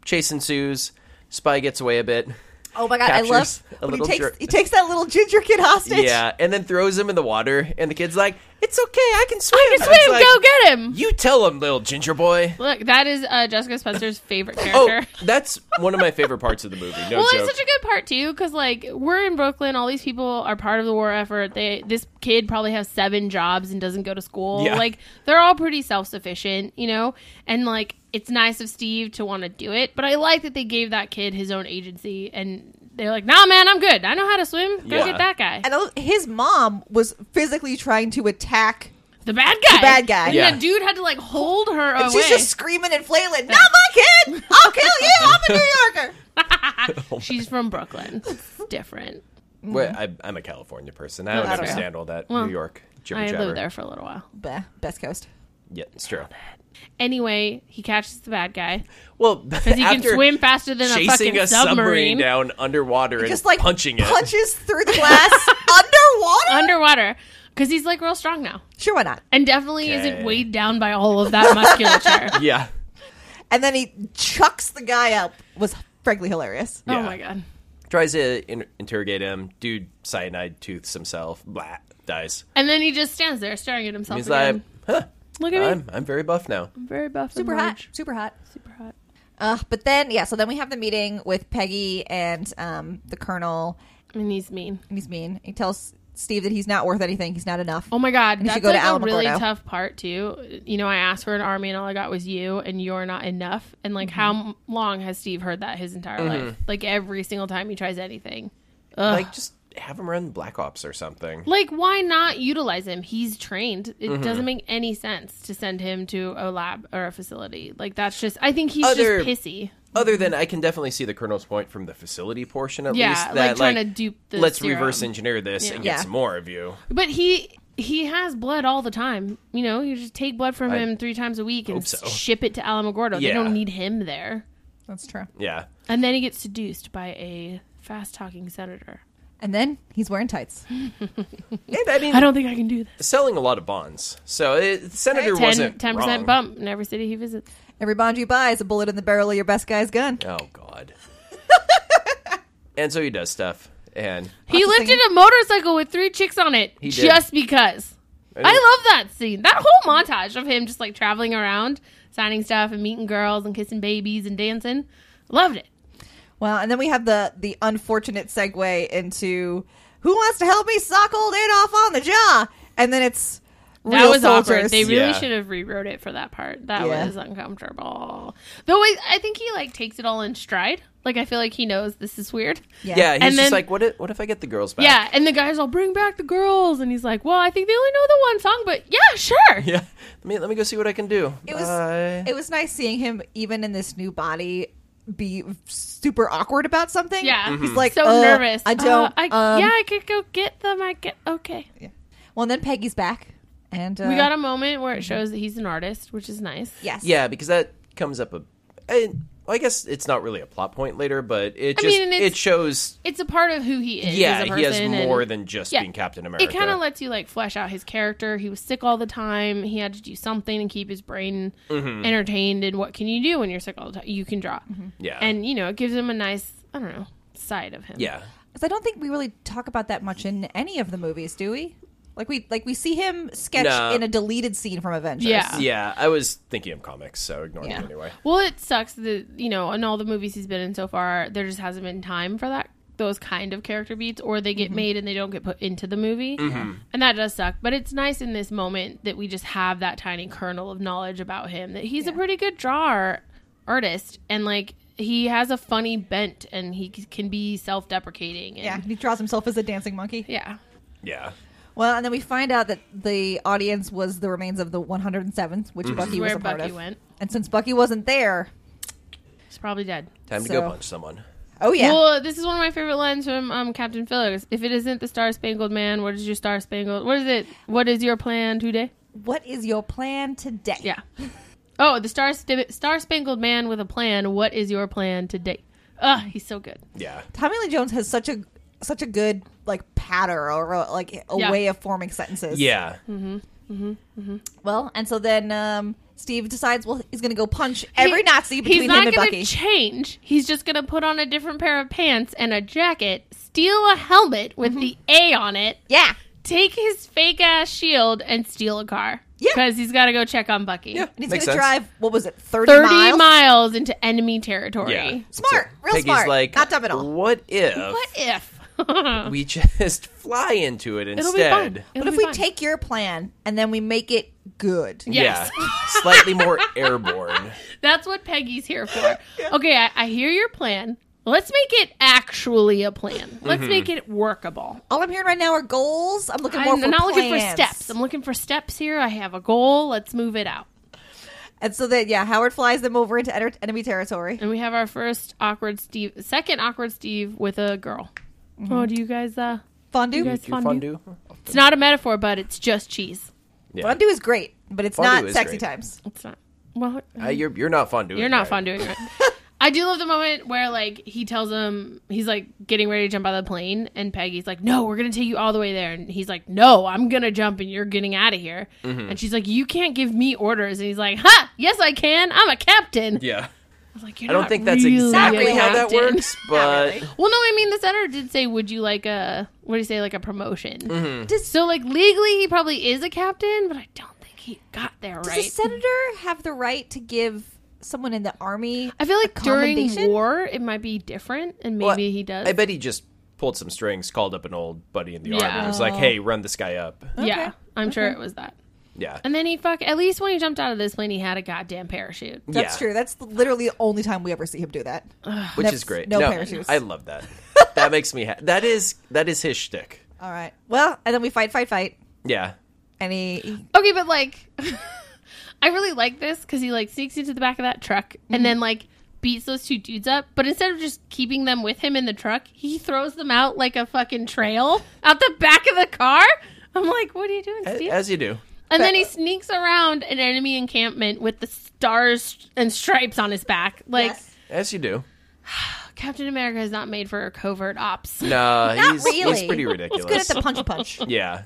[SPEAKER 2] chase ensues. Spy gets away a bit.
[SPEAKER 4] Oh my god, I
[SPEAKER 2] Captures
[SPEAKER 4] love
[SPEAKER 2] a
[SPEAKER 4] when he
[SPEAKER 2] little
[SPEAKER 4] takes
[SPEAKER 2] jer-
[SPEAKER 4] he takes that little ginger kid hostage.
[SPEAKER 2] Yeah, and then throws him in the water, and the kid's like, "It's okay, I can swim.
[SPEAKER 3] I
[SPEAKER 2] It's
[SPEAKER 3] can swim.
[SPEAKER 2] like,
[SPEAKER 3] go get him.
[SPEAKER 2] You tell him, little ginger boy.
[SPEAKER 3] Look, that is uh, Jessica Spencer's favorite
[SPEAKER 2] Oh,
[SPEAKER 3] character.
[SPEAKER 2] that's one of my favorite parts of the movie. No
[SPEAKER 3] well,
[SPEAKER 2] joke.
[SPEAKER 3] it's such a good part too, because like we're in Brooklyn, all these people are part of the war effort. They this kid probably has seven jobs and doesn't go to school.
[SPEAKER 2] Yeah.
[SPEAKER 3] Like they're all pretty self sufficient, you know. And like it's nice of Steve to want to do it, but I like that they gave that kid his own agency and they're like, Nah, man, I'm good. I know how to swim. Go
[SPEAKER 2] Yeah.
[SPEAKER 3] get that guy,
[SPEAKER 4] And I lo- his mom was physically trying to attack.
[SPEAKER 3] the bad guy,
[SPEAKER 4] The bad guy.
[SPEAKER 3] And
[SPEAKER 2] Yeah.
[SPEAKER 3] the dude had to like hold her
[SPEAKER 4] And
[SPEAKER 3] away.
[SPEAKER 4] she's just screaming and flailing. Not my kid! I'll kill you! I'm a New Yorker.
[SPEAKER 3] She's from Brooklyn. It's different.
[SPEAKER 2] Wait, I, I'm a California person. I don't
[SPEAKER 4] I don't
[SPEAKER 2] understand all that New York jibber
[SPEAKER 3] I
[SPEAKER 2] jabber.
[SPEAKER 3] lived there for a little while.
[SPEAKER 4] Bah, best coast.
[SPEAKER 2] Yeah, it's true.
[SPEAKER 3] Anyway, he catches the bad guy
[SPEAKER 2] Well,
[SPEAKER 3] because he can swim faster than a
[SPEAKER 2] chasing
[SPEAKER 3] fucking
[SPEAKER 2] a submarine,
[SPEAKER 3] submarine,
[SPEAKER 2] down underwater and
[SPEAKER 4] Just like
[SPEAKER 2] punching it.
[SPEAKER 4] punches through the glass underwater.
[SPEAKER 3] underwater because he's like real strong now
[SPEAKER 4] Sure, why not?
[SPEAKER 3] and definitely
[SPEAKER 2] Okay.
[SPEAKER 3] isn't weighed down by all of that Oh musculature.
[SPEAKER 2] yeah.
[SPEAKER 4] And then he chucks the guy up. Was frankly hilarious.
[SPEAKER 3] Oh
[SPEAKER 2] Yeah.
[SPEAKER 3] my god.
[SPEAKER 2] Tries to in- interrogate him. Dude cyanide tooths himself. Blah. Dies.
[SPEAKER 3] And then he just stands there staring at himself.
[SPEAKER 2] He's
[SPEAKER 3] again.
[SPEAKER 2] like, huh,
[SPEAKER 3] Look at me.
[SPEAKER 2] I'm I'm very buff now.
[SPEAKER 3] I'm very buff. and
[SPEAKER 4] Super hot.
[SPEAKER 3] large.
[SPEAKER 4] Super hot.
[SPEAKER 3] Super hot.
[SPEAKER 4] Uh, but then, yeah, so then we have the meeting with Peggy and um, the Colonel.
[SPEAKER 3] And he's mean.
[SPEAKER 4] And he's mean. He tells Steve that he's not worth anything. He's not enough.
[SPEAKER 3] Oh my god,
[SPEAKER 4] You
[SPEAKER 3] that's
[SPEAKER 4] should go to
[SPEAKER 3] like a
[SPEAKER 4] Alamogordo.
[SPEAKER 3] really tough part too. You know, I asked for an army and all I got was you, and you're not enough. And
[SPEAKER 4] Mm-hmm.
[SPEAKER 3] like, how m- long has Steve heard that his entire
[SPEAKER 2] Mm-hmm.
[SPEAKER 3] life? Like every single time he tries anything. Ugh.
[SPEAKER 2] Like just have him run Black Ops or something.
[SPEAKER 3] Like, why not utilize him? He's trained. It
[SPEAKER 2] Mm-hmm.
[SPEAKER 3] doesn't make any sense to send him to a lab or a facility. Like, that's just. I think he's
[SPEAKER 2] Other-
[SPEAKER 3] just pissy.
[SPEAKER 2] Other than I can definitely see the Colonel's point from the facility portion at
[SPEAKER 3] Yeah,
[SPEAKER 2] least.
[SPEAKER 3] like
[SPEAKER 2] That,
[SPEAKER 3] trying to dupe the
[SPEAKER 2] Let's
[SPEAKER 3] serum.
[SPEAKER 2] reverse engineer this and get
[SPEAKER 4] Yeah.
[SPEAKER 2] some more of you.
[SPEAKER 3] But he he has blood all the time. You know, you just take blood from
[SPEAKER 2] I
[SPEAKER 3] him three times a week and
[SPEAKER 2] hope so.
[SPEAKER 3] ship it to Alamogordo. They
[SPEAKER 2] Yeah.
[SPEAKER 3] don't need him there.
[SPEAKER 4] That's true.
[SPEAKER 2] Yeah.
[SPEAKER 3] And then he gets seduced by a fast talking senator.
[SPEAKER 4] And then he's wearing tights.
[SPEAKER 2] And I mean
[SPEAKER 3] I don't think I can do this.
[SPEAKER 2] selling a lot of bonds. So it, the senator wasn't
[SPEAKER 3] 10
[SPEAKER 2] wrong.
[SPEAKER 3] percent bump in every city he visits.
[SPEAKER 4] Every bond you buy is a bullet in the barrel of your best guy's gun.
[SPEAKER 2] Oh god. and so he does stuff and
[SPEAKER 3] He
[SPEAKER 4] Lots of
[SPEAKER 3] lifted a motorcycle with three chicks on it
[SPEAKER 2] He did.
[SPEAKER 3] just because.
[SPEAKER 2] I
[SPEAKER 3] I,
[SPEAKER 2] know.
[SPEAKER 3] love that scene. That whole montage of him just like traveling around, signing stuff and meeting girls and kissing babies and dancing. Loved it.
[SPEAKER 4] Well, and then we have the the unfortunate segue into who wants to help me sock old Adolf on the jaw, and then it's real
[SPEAKER 3] That was
[SPEAKER 4] soldiers.
[SPEAKER 3] awkward. They really
[SPEAKER 2] Yeah.
[SPEAKER 3] should have rewrote it for that part. That
[SPEAKER 4] Yeah.
[SPEAKER 3] was uncomfortable. Though I, I think he like takes it all in stride. Like I feel like he knows this is weird.
[SPEAKER 4] yeah.
[SPEAKER 2] yeah, he's
[SPEAKER 3] And
[SPEAKER 2] just
[SPEAKER 3] then-
[SPEAKER 2] like what if, what if I get the girls back?
[SPEAKER 3] Yeah, and the guys all bring back the girls, and he's like, "Well, I think they only know the one song, but yeah, sure."
[SPEAKER 2] Yeah. Let me let me go see what I can do.
[SPEAKER 4] It was
[SPEAKER 2] Bye.
[SPEAKER 4] it was nice seeing him even in this new body be super awkward about something.
[SPEAKER 3] Yeah. Mhm.
[SPEAKER 2] Mm-hmm.
[SPEAKER 4] he's like
[SPEAKER 3] So
[SPEAKER 4] "Uh,
[SPEAKER 3] nervous.
[SPEAKER 4] I
[SPEAKER 3] Uh,
[SPEAKER 4] don't.
[SPEAKER 3] I,
[SPEAKER 4] um,
[SPEAKER 3] yeah, I could go get them. I get okay.
[SPEAKER 4] Well, and then Peggy's back, and uh,
[SPEAKER 3] We got a moment where it shows that he's an artist, which is nice.
[SPEAKER 4] Yes.
[SPEAKER 2] Yeah, because that comes up a. I, I guess it's not really a plot point later, but it
[SPEAKER 3] I
[SPEAKER 2] just
[SPEAKER 3] mean, and it's-
[SPEAKER 2] it shows.
[SPEAKER 3] It's a part of who he is. as a
[SPEAKER 2] Yeah,
[SPEAKER 3] person,
[SPEAKER 2] he has
[SPEAKER 3] and
[SPEAKER 2] more than just
[SPEAKER 3] Yeah.
[SPEAKER 2] being Captain America.
[SPEAKER 3] It kind of lets you like flesh out his character. He was sick all the time. He had to do something and keep his brain
[SPEAKER 2] Mm-hmm.
[SPEAKER 3] entertained. And what can you do when you're sick all the time? You can draw.
[SPEAKER 4] Mm-hmm.
[SPEAKER 2] yeah,
[SPEAKER 3] And you know, it gives him a nice, I don't know, side of him.
[SPEAKER 2] yeah,
[SPEAKER 4] 'Cause I don't think we really talk about that much in any of the movies, do we? Like we like we see him sketch
[SPEAKER 2] No.
[SPEAKER 4] in a deleted scene from Avengers.
[SPEAKER 3] Yeah.
[SPEAKER 2] yeah. I was thinking of comics, so ignore
[SPEAKER 4] Yeah.
[SPEAKER 2] me anyway.
[SPEAKER 3] Well, it sucks that you know, in all the movies he's been in so far, there just hasn't been time for that those kind of character beats, or they
[SPEAKER 4] Mm-hmm.
[SPEAKER 3] get made and they don't get put into the movie, and that does suck. But it's nice in this moment that we just have that tiny kernel of knowledge about him that he's a pretty good drawer, artist, and like he has a funny bent and he c- can be self deprecating.
[SPEAKER 4] Yeah, he draws himself as a dancing monkey.
[SPEAKER 3] yeah.
[SPEAKER 2] Yeah,
[SPEAKER 4] Well, and then we find out that the audience was the remains of the 107th, which
[SPEAKER 3] Mm-hmm.
[SPEAKER 4] Bucky was
[SPEAKER 3] Where
[SPEAKER 4] a part
[SPEAKER 3] Bucky
[SPEAKER 4] of.
[SPEAKER 3] went,
[SPEAKER 4] And since Bucky wasn't there,
[SPEAKER 3] he's probably dead.
[SPEAKER 2] time to go
[SPEAKER 4] So-
[SPEAKER 2] punch someone.
[SPEAKER 4] oh yeah,
[SPEAKER 3] Well, this is one of my favorite lines from um, Captain Phillips. If it isn't the Star Spangled Man, what is your Star Spangled? What is it? What is your plan today?
[SPEAKER 4] what is your plan today?
[SPEAKER 3] Yeah. Oh, the Star Sp- Star Spangled Man with a plan. What is your plan today? Ugh, he's so good.
[SPEAKER 2] Yeah,
[SPEAKER 4] Tommy Lee Jones has such a such a good like patter or uh, like a
[SPEAKER 3] Yeah.
[SPEAKER 4] way of forming sentences.
[SPEAKER 2] yeah,
[SPEAKER 4] Well, and so then um, Steve decides, well, he's going to go punch every
[SPEAKER 3] He-
[SPEAKER 4] Nazi
[SPEAKER 3] he's
[SPEAKER 4] between
[SPEAKER 3] not
[SPEAKER 4] him and
[SPEAKER 3] gonna
[SPEAKER 4] Bucky.
[SPEAKER 3] change. He's just gonna put on a different pair of pants and a jacket, steal a helmet with the A on it,
[SPEAKER 4] Mm-hmm. yeah.
[SPEAKER 3] take his fake ass shield, and steal a car.
[SPEAKER 4] Yeah.
[SPEAKER 3] because he's got to go check on Bucky.
[SPEAKER 2] yeah.
[SPEAKER 4] And he's
[SPEAKER 2] Makes
[SPEAKER 4] going to
[SPEAKER 2] sense.
[SPEAKER 4] drive, what was it, 30,
[SPEAKER 3] Thirty
[SPEAKER 4] miles?
[SPEAKER 3] miles? into enemy territory.
[SPEAKER 2] Yeah,
[SPEAKER 4] Smart. Real
[SPEAKER 2] Peggy's
[SPEAKER 4] smart.
[SPEAKER 2] Like,
[SPEAKER 4] Not dumb at all.
[SPEAKER 2] What if
[SPEAKER 3] What if?
[SPEAKER 2] we just fly into it
[SPEAKER 3] It'll be
[SPEAKER 2] instead?
[SPEAKER 3] fun.
[SPEAKER 4] But if we take your plan and then we make it good?
[SPEAKER 3] Yes.
[SPEAKER 2] Yeah, slightly more airborne.
[SPEAKER 3] That's what Peggy's here for. Okay, I, I hear your plan. Let's make it actually a plan. Let's make it workable.
[SPEAKER 4] All I'm hearing right now are goals. I'm looking more
[SPEAKER 3] I'm
[SPEAKER 4] for
[SPEAKER 3] not looking for
[SPEAKER 4] plans.
[SPEAKER 3] steps. I'm looking for steps here. I have a goal. Let's move it out.
[SPEAKER 4] And so that yeah, Howard flies them over into enter- enemy territory.
[SPEAKER 3] And we have our first awkward Steve, second awkward Steve with a girl.
[SPEAKER 4] Mm-hmm.
[SPEAKER 3] Oh, do you guys? Uh,
[SPEAKER 4] Fondue,
[SPEAKER 3] You guys-
[SPEAKER 2] Do fondue?
[SPEAKER 3] Fondue. it's not a metaphor, but it's just cheese.
[SPEAKER 2] Yeah.
[SPEAKER 4] fondue is great, but it's
[SPEAKER 2] Fondue
[SPEAKER 4] not
[SPEAKER 2] is
[SPEAKER 4] sexy
[SPEAKER 2] great.
[SPEAKER 4] times.
[SPEAKER 3] It's not. Well,
[SPEAKER 2] Uh, you're you're not fondue.
[SPEAKER 3] You're not fun doing it. I do love the moment where like he tells him he's like getting ready to jump out of the plane and Peggy's like, No, we're gonna take you all the way there and he's like, No, I'm gonna jump and you're getting out of here
[SPEAKER 2] Mm-hmm.
[SPEAKER 3] and she's like, You can't give me orders and he's like, Ha, yes I can, I'm a captain.
[SPEAKER 2] Yeah.
[SPEAKER 3] I was like, You're
[SPEAKER 2] I don't
[SPEAKER 3] not
[SPEAKER 2] think that's
[SPEAKER 3] really a
[SPEAKER 2] exactly how that
[SPEAKER 3] captain."
[SPEAKER 2] works, but
[SPEAKER 3] Well no, I mean the senator did say, Would you like a what do you say, like a promotion?
[SPEAKER 2] Mm-hmm.
[SPEAKER 4] Does-
[SPEAKER 3] So like legally he probably is a captain, but I don't think he got there
[SPEAKER 4] Does a
[SPEAKER 3] right.
[SPEAKER 4] senator have the right to give someone in the army?
[SPEAKER 3] I feel like
[SPEAKER 4] a
[SPEAKER 3] during
[SPEAKER 4] commendation?
[SPEAKER 3] war it might be different, and maybe
[SPEAKER 2] Well,
[SPEAKER 3] he does.
[SPEAKER 2] I bet he just pulled some strings, called up an old buddy in the army, and was
[SPEAKER 4] Yeah.
[SPEAKER 2] like, "Hey, run this guy up."
[SPEAKER 3] Yeah,
[SPEAKER 4] Okay.
[SPEAKER 3] I'm sure it was that.
[SPEAKER 2] Yeah,
[SPEAKER 3] And then he fuck. At least when he jumped out of this plane, he had a goddamn parachute.
[SPEAKER 4] That's
[SPEAKER 2] Yeah.
[SPEAKER 4] true. That's literally the only time we ever see him do that.
[SPEAKER 2] which
[SPEAKER 4] That's-
[SPEAKER 2] is great.
[SPEAKER 4] no
[SPEAKER 2] No,
[SPEAKER 4] parachutes.
[SPEAKER 2] I love that. that makes me. Ha- that is that is his shtick.
[SPEAKER 4] All right. Well, and then we fight, fight, fight.
[SPEAKER 2] Yeah,
[SPEAKER 4] And he,
[SPEAKER 3] Okay, but like, I really like this because he like sneaks into the back of that truck
[SPEAKER 4] Mm-hmm.
[SPEAKER 3] and then like beats those two dudes up. But instead of just keeping them with him in the truck, he throws them out like a fucking trail out the back of the car. I'm like, what are you doing,
[SPEAKER 2] a-
[SPEAKER 3] Steve?
[SPEAKER 2] as you do.
[SPEAKER 3] and then he sneaks around an enemy encampment with the stars and stripes on his back. Like
[SPEAKER 4] Yes.
[SPEAKER 2] As you do.
[SPEAKER 3] Captain America is not made for covert ops.
[SPEAKER 2] No, he's, he's
[SPEAKER 4] really.
[SPEAKER 2] pretty
[SPEAKER 4] he's good at
[SPEAKER 2] ridiculous.
[SPEAKER 4] the punch punch.
[SPEAKER 2] yeah.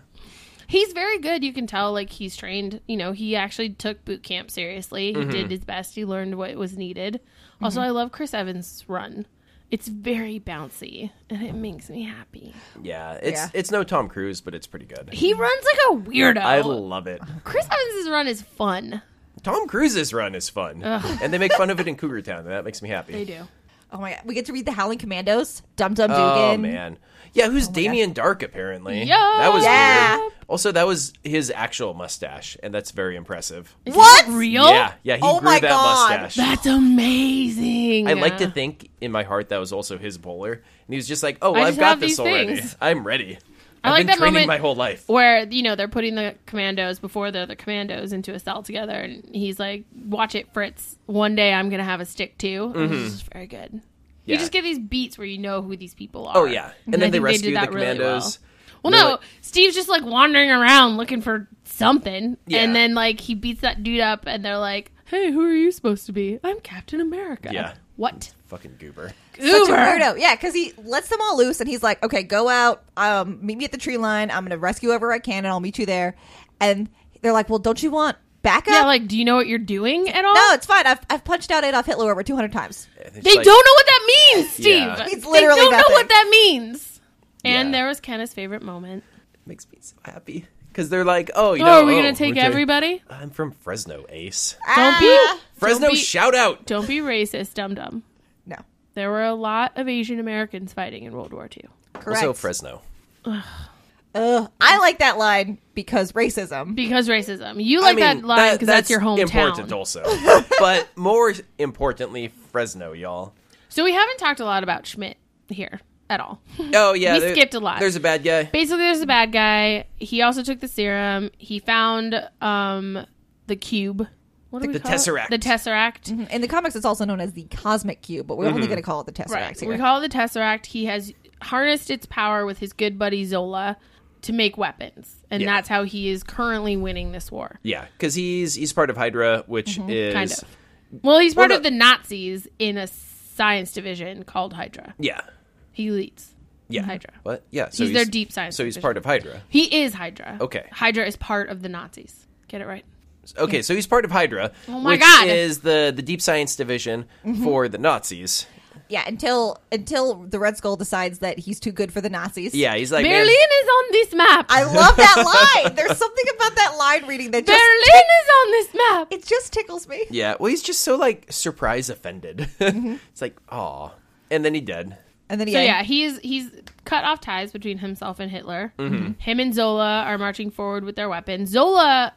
[SPEAKER 3] He's very good. You can tell, like, he's trained. You know, he actually took boot camp seriously. He
[SPEAKER 2] Mm-hmm.
[SPEAKER 3] did his best. He learned what was needed. Also, I love Chris Evans' run. It's very bouncy, and it makes me happy.
[SPEAKER 2] Yeah. It's
[SPEAKER 4] Yeah.
[SPEAKER 2] it's no Tom Cruise, but it's pretty good.
[SPEAKER 3] He runs like a weirdo.
[SPEAKER 2] Mm-hmm. I love it.
[SPEAKER 3] Chris Evans' run is fun.
[SPEAKER 2] Tom Cruise's run is fun. And they make fun of it in Cougar Town, and that makes me happy.
[SPEAKER 3] They do.
[SPEAKER 4] Oh my god, we get to read the Howling Commandos. Dum Dum
[SPEAKER 2] Oh
[SPEAKER 4] Dugan. Oh
[SPEAKER 2] man. Yeah, who's Damien Dark apparently?
[SPEAKER 3] Yup.
[SPEAKER 2] That was
[SPEAKER 4] Yeah.
[SPEAKER 2] weird. Also, that was his actual mustache, and that's very impressive.
[SPEAKER 3] Is
[SPEAKER 4] What?
[SPEAKER 3] that real?
[SPEAKER 2] Yeah, yeah, he
[SPEAKER 4] Oh
[SPEAKER 2] grew
[SPEAKER 4] my
[SPEAKER 2] that
[SPEAKER 4] God.
[SPEAKER 2] mustache.
[SPEAKER 3] That's amazing.
[SPEAKER 2] I like to think in my heart that was also his bowler, and he was just like, "Oh,
[SPEAKER 3] I
[SPEAKER 2] I've
[SPEAKER 3] just
[SPEAKER 2] got
[SPEAKER 3] have
[SPEAKER 2] this
[SPEAKER 3] these
[SPEAKER 2] already.
[SPEAKER 3] things."
[SPEAKER 2] I'm ready. I've
[SPEAKER 3] I like
[SPEAKER 2] been
[SPEAKER 3] that
[SPEAKER 2] training
[SPEAKER 3] moment-
[SPEAKER 2] my whole life."
[SPEAKER 3] where you know they're putting the commandos before the other commandos into a cell together, and he's like, "Watch it, Fritz. One day I'm gonna have a stick too."
[SPEAKER 2] Mm-hmm.
[SPEAKER 3] This is very good.
[SPEAKER 2] Yeah.
[SPEAKER 3] You just get these beats where you know who these people are.
[SPEAKER 2] Oh yeah, and,
[SPEAKER 3] I
[SPEAKER 2] then they
[SPEAKER 3] think did
[SPEAKER 2] rescue the
[SPEAKER 3] that really
[SPEAKER 2] commandos.
[SPEAKER 3] well,
[SPEAKER 2] They're
[SPEAKER 3] no,
[SPEAKER 2] like-
[SPEAKER 3] Steve's just like wandering around looking for something,
[SPEAKER 2] Yeah.
[SPEAKER 3] and then like he beats that dude up, and they're like, "Hey, who are you supposed to be? I'm Captain America."
[SPEAKER 2] Yeah.
[SPEAKER 3] What?
[SPEAKER 2] Fucking goober.
[SPEAKER 4] Such a
[SPEAKER 3] Uber.
[SPEAKER 4] weirdo. Yeah, because he lets them all loose and he's like, okay, go out, um, meet me at the tree line. I'm going to rescue whoever I can and I'll meet you there. And they're like, well, don't you want backup?
[SPEAKER 3] Yeah, like, do you know what you're doing at all?
[SPEAKER 4] no, it's fine. I've, I've punched out Adolf Hitler over 200 times.
[SPEAKER 2] And it's
[SPEAKER 3] They
[SPEAKER 2] like-
[SPEAKER 3] don't know what that means, Steve.
[SPEAKER 2] Yeah.
[SPEAKER 4] It's literally
[SPEAKER 3] they don't
[SPEAKER 4] nothing.
[SPEAKER 3] know what that means. And
[SPEAKER 2] Yeah.
[SPEAKER 3] there was Kenneth's favorite moment.
[SPEAKER 2] makes me so happy because they're like, "Oh, you
[SPEAKER 3] Oh,
[SPEAKER 2] know,
[SPEAKER 3] are we
[SPEAKER 2] oh,
[SPEAKER 3] gonna take
[SPEAKER 2] we're doing-
[SPEAKER 3] everybody?
[SPEAKER 2] I'm from Fresno, Ace.
[SPEAKER 4] Ah,
[SPEAKER 3] Don't be
[SPEAKER 2] Fresno,
[SPEAKER 3] don't be,
[SPEAKER 2] shout out.
[SPEAKER 3] Don't be racist, dum dum.
[SPEAKER 4] No.
[SPEAKER 3] There were a lot of Asian Americans fighting in World War II
[SPEAKER 4] Correct.
[SPEAKER 2] Also, Fresno.
[SPEAKER 4] Ugh. I like that line because racism.
[SPEAKER 3] because racism. You like
[SPEAKER 2] I mean,
[SPEAKER 3] that line because that's, your
[SPEAKER 2] Important
[SPEAKER 3] hometown.
[SPEAKER 2] also, but more importantly, Fresno, y'all.
[SPEAKER 3] So we haven't talked a lot about Schmidt here at all.
[SPEAKER 2] Oh yeah,
[SPEAKER 3] We
[SPEAKER 2] there-
[SPEAKER 3] skipped a lot.
[SPEAKER 2] There's a bad guy.
[SPEAKER 3] Basically, there's a bad guy. He also took the serum. He found um the cube. What do we
[SPEAKER 2] The
[SPEAKER 3] call it?
[SPEAKER 2] Tesseract.
[SPEAKER 3] The tesseract.
[SPEAKER 4] In the comics, it's also known as the Cosmic Cube, but we're
[SPEAKER 2] Mm-hmm.
[SPEAKER 4] only going to call it the Tesseract
[SPEAKER 3] Right.
[SPEAKER 4] here.
[SPEAKER 3] We call it the Tesseract. He has harnessed its power with his good buddy Zola to make weapons. And
[SPEAKER 2] Yeah.
[SPEAKER 3] that's how he is currently winning this war.
[SPEAKER 2] Yeah, because he's he's part of Hydra, which is
[SPEAKER 3] Mm-hmm. Kind of. Well, he's part
[SPEAKER 2] Well,
[SPEAKER 3] of
[SPEAKER 2] no-
[SPEAKER 3] the Nazis in a science division called Hydra.
[SPEAKER 2] yeah,
[SPEAKER 3] He leads.
[SPEAKER 2] yeah,
[SPEAKER 3] Hydra.
[SPEAKER 2] What? Yeah, so
[SPEAKER 3] He's their deep science
[SPEAKER 2] So he's
[SPEAKER 3] division.
[SPEAKER 2] part of Hydra.
[SPEAKER 3] He is Hydra.
[SPEAKER 2] Okay.
[SPEAKER 3] Hydra is part of the Nazis. Get it right.
[SPEAKER 2] Okay, so he's part of Hydra, oh
[SPEAKER 3] my
[SPEAKER 2] which
[SPEAKER 3] God. Mm-hmm.
[SPEAKER 2] is the the deep science division for the Nazis.
[SPEAKER 4] yeah, until until the Red Skull decides that he's too good for the Nazis.
[SPEAKER 2] Yeah, he's like
[SPEAKER 3] Berlin
[SPEAKER 2] "Man,
[SPEAKER 3] is on this map.
[SPEAKER 4] I love that line. There's something about that line reading that just
[SPEAKER 3] Berlin is on this map.
[SPEAKER 4] it just tickles me.
[SPEAKER 2] Yeah, well, he's just so like surprise offended.
[SPEAKER 3] Mm-hmm.
[SPEAKER 2] it's like, aw, and then he dead.
[SPEAKER 4] And then
[SPEAKER 3] So yeah, he's he's cut off ties between himself and Hitler.
[SPEAKER 2] Mm-hmm.
[SPEAKER 3] Him and Zola are marching forward with their weapons. Zola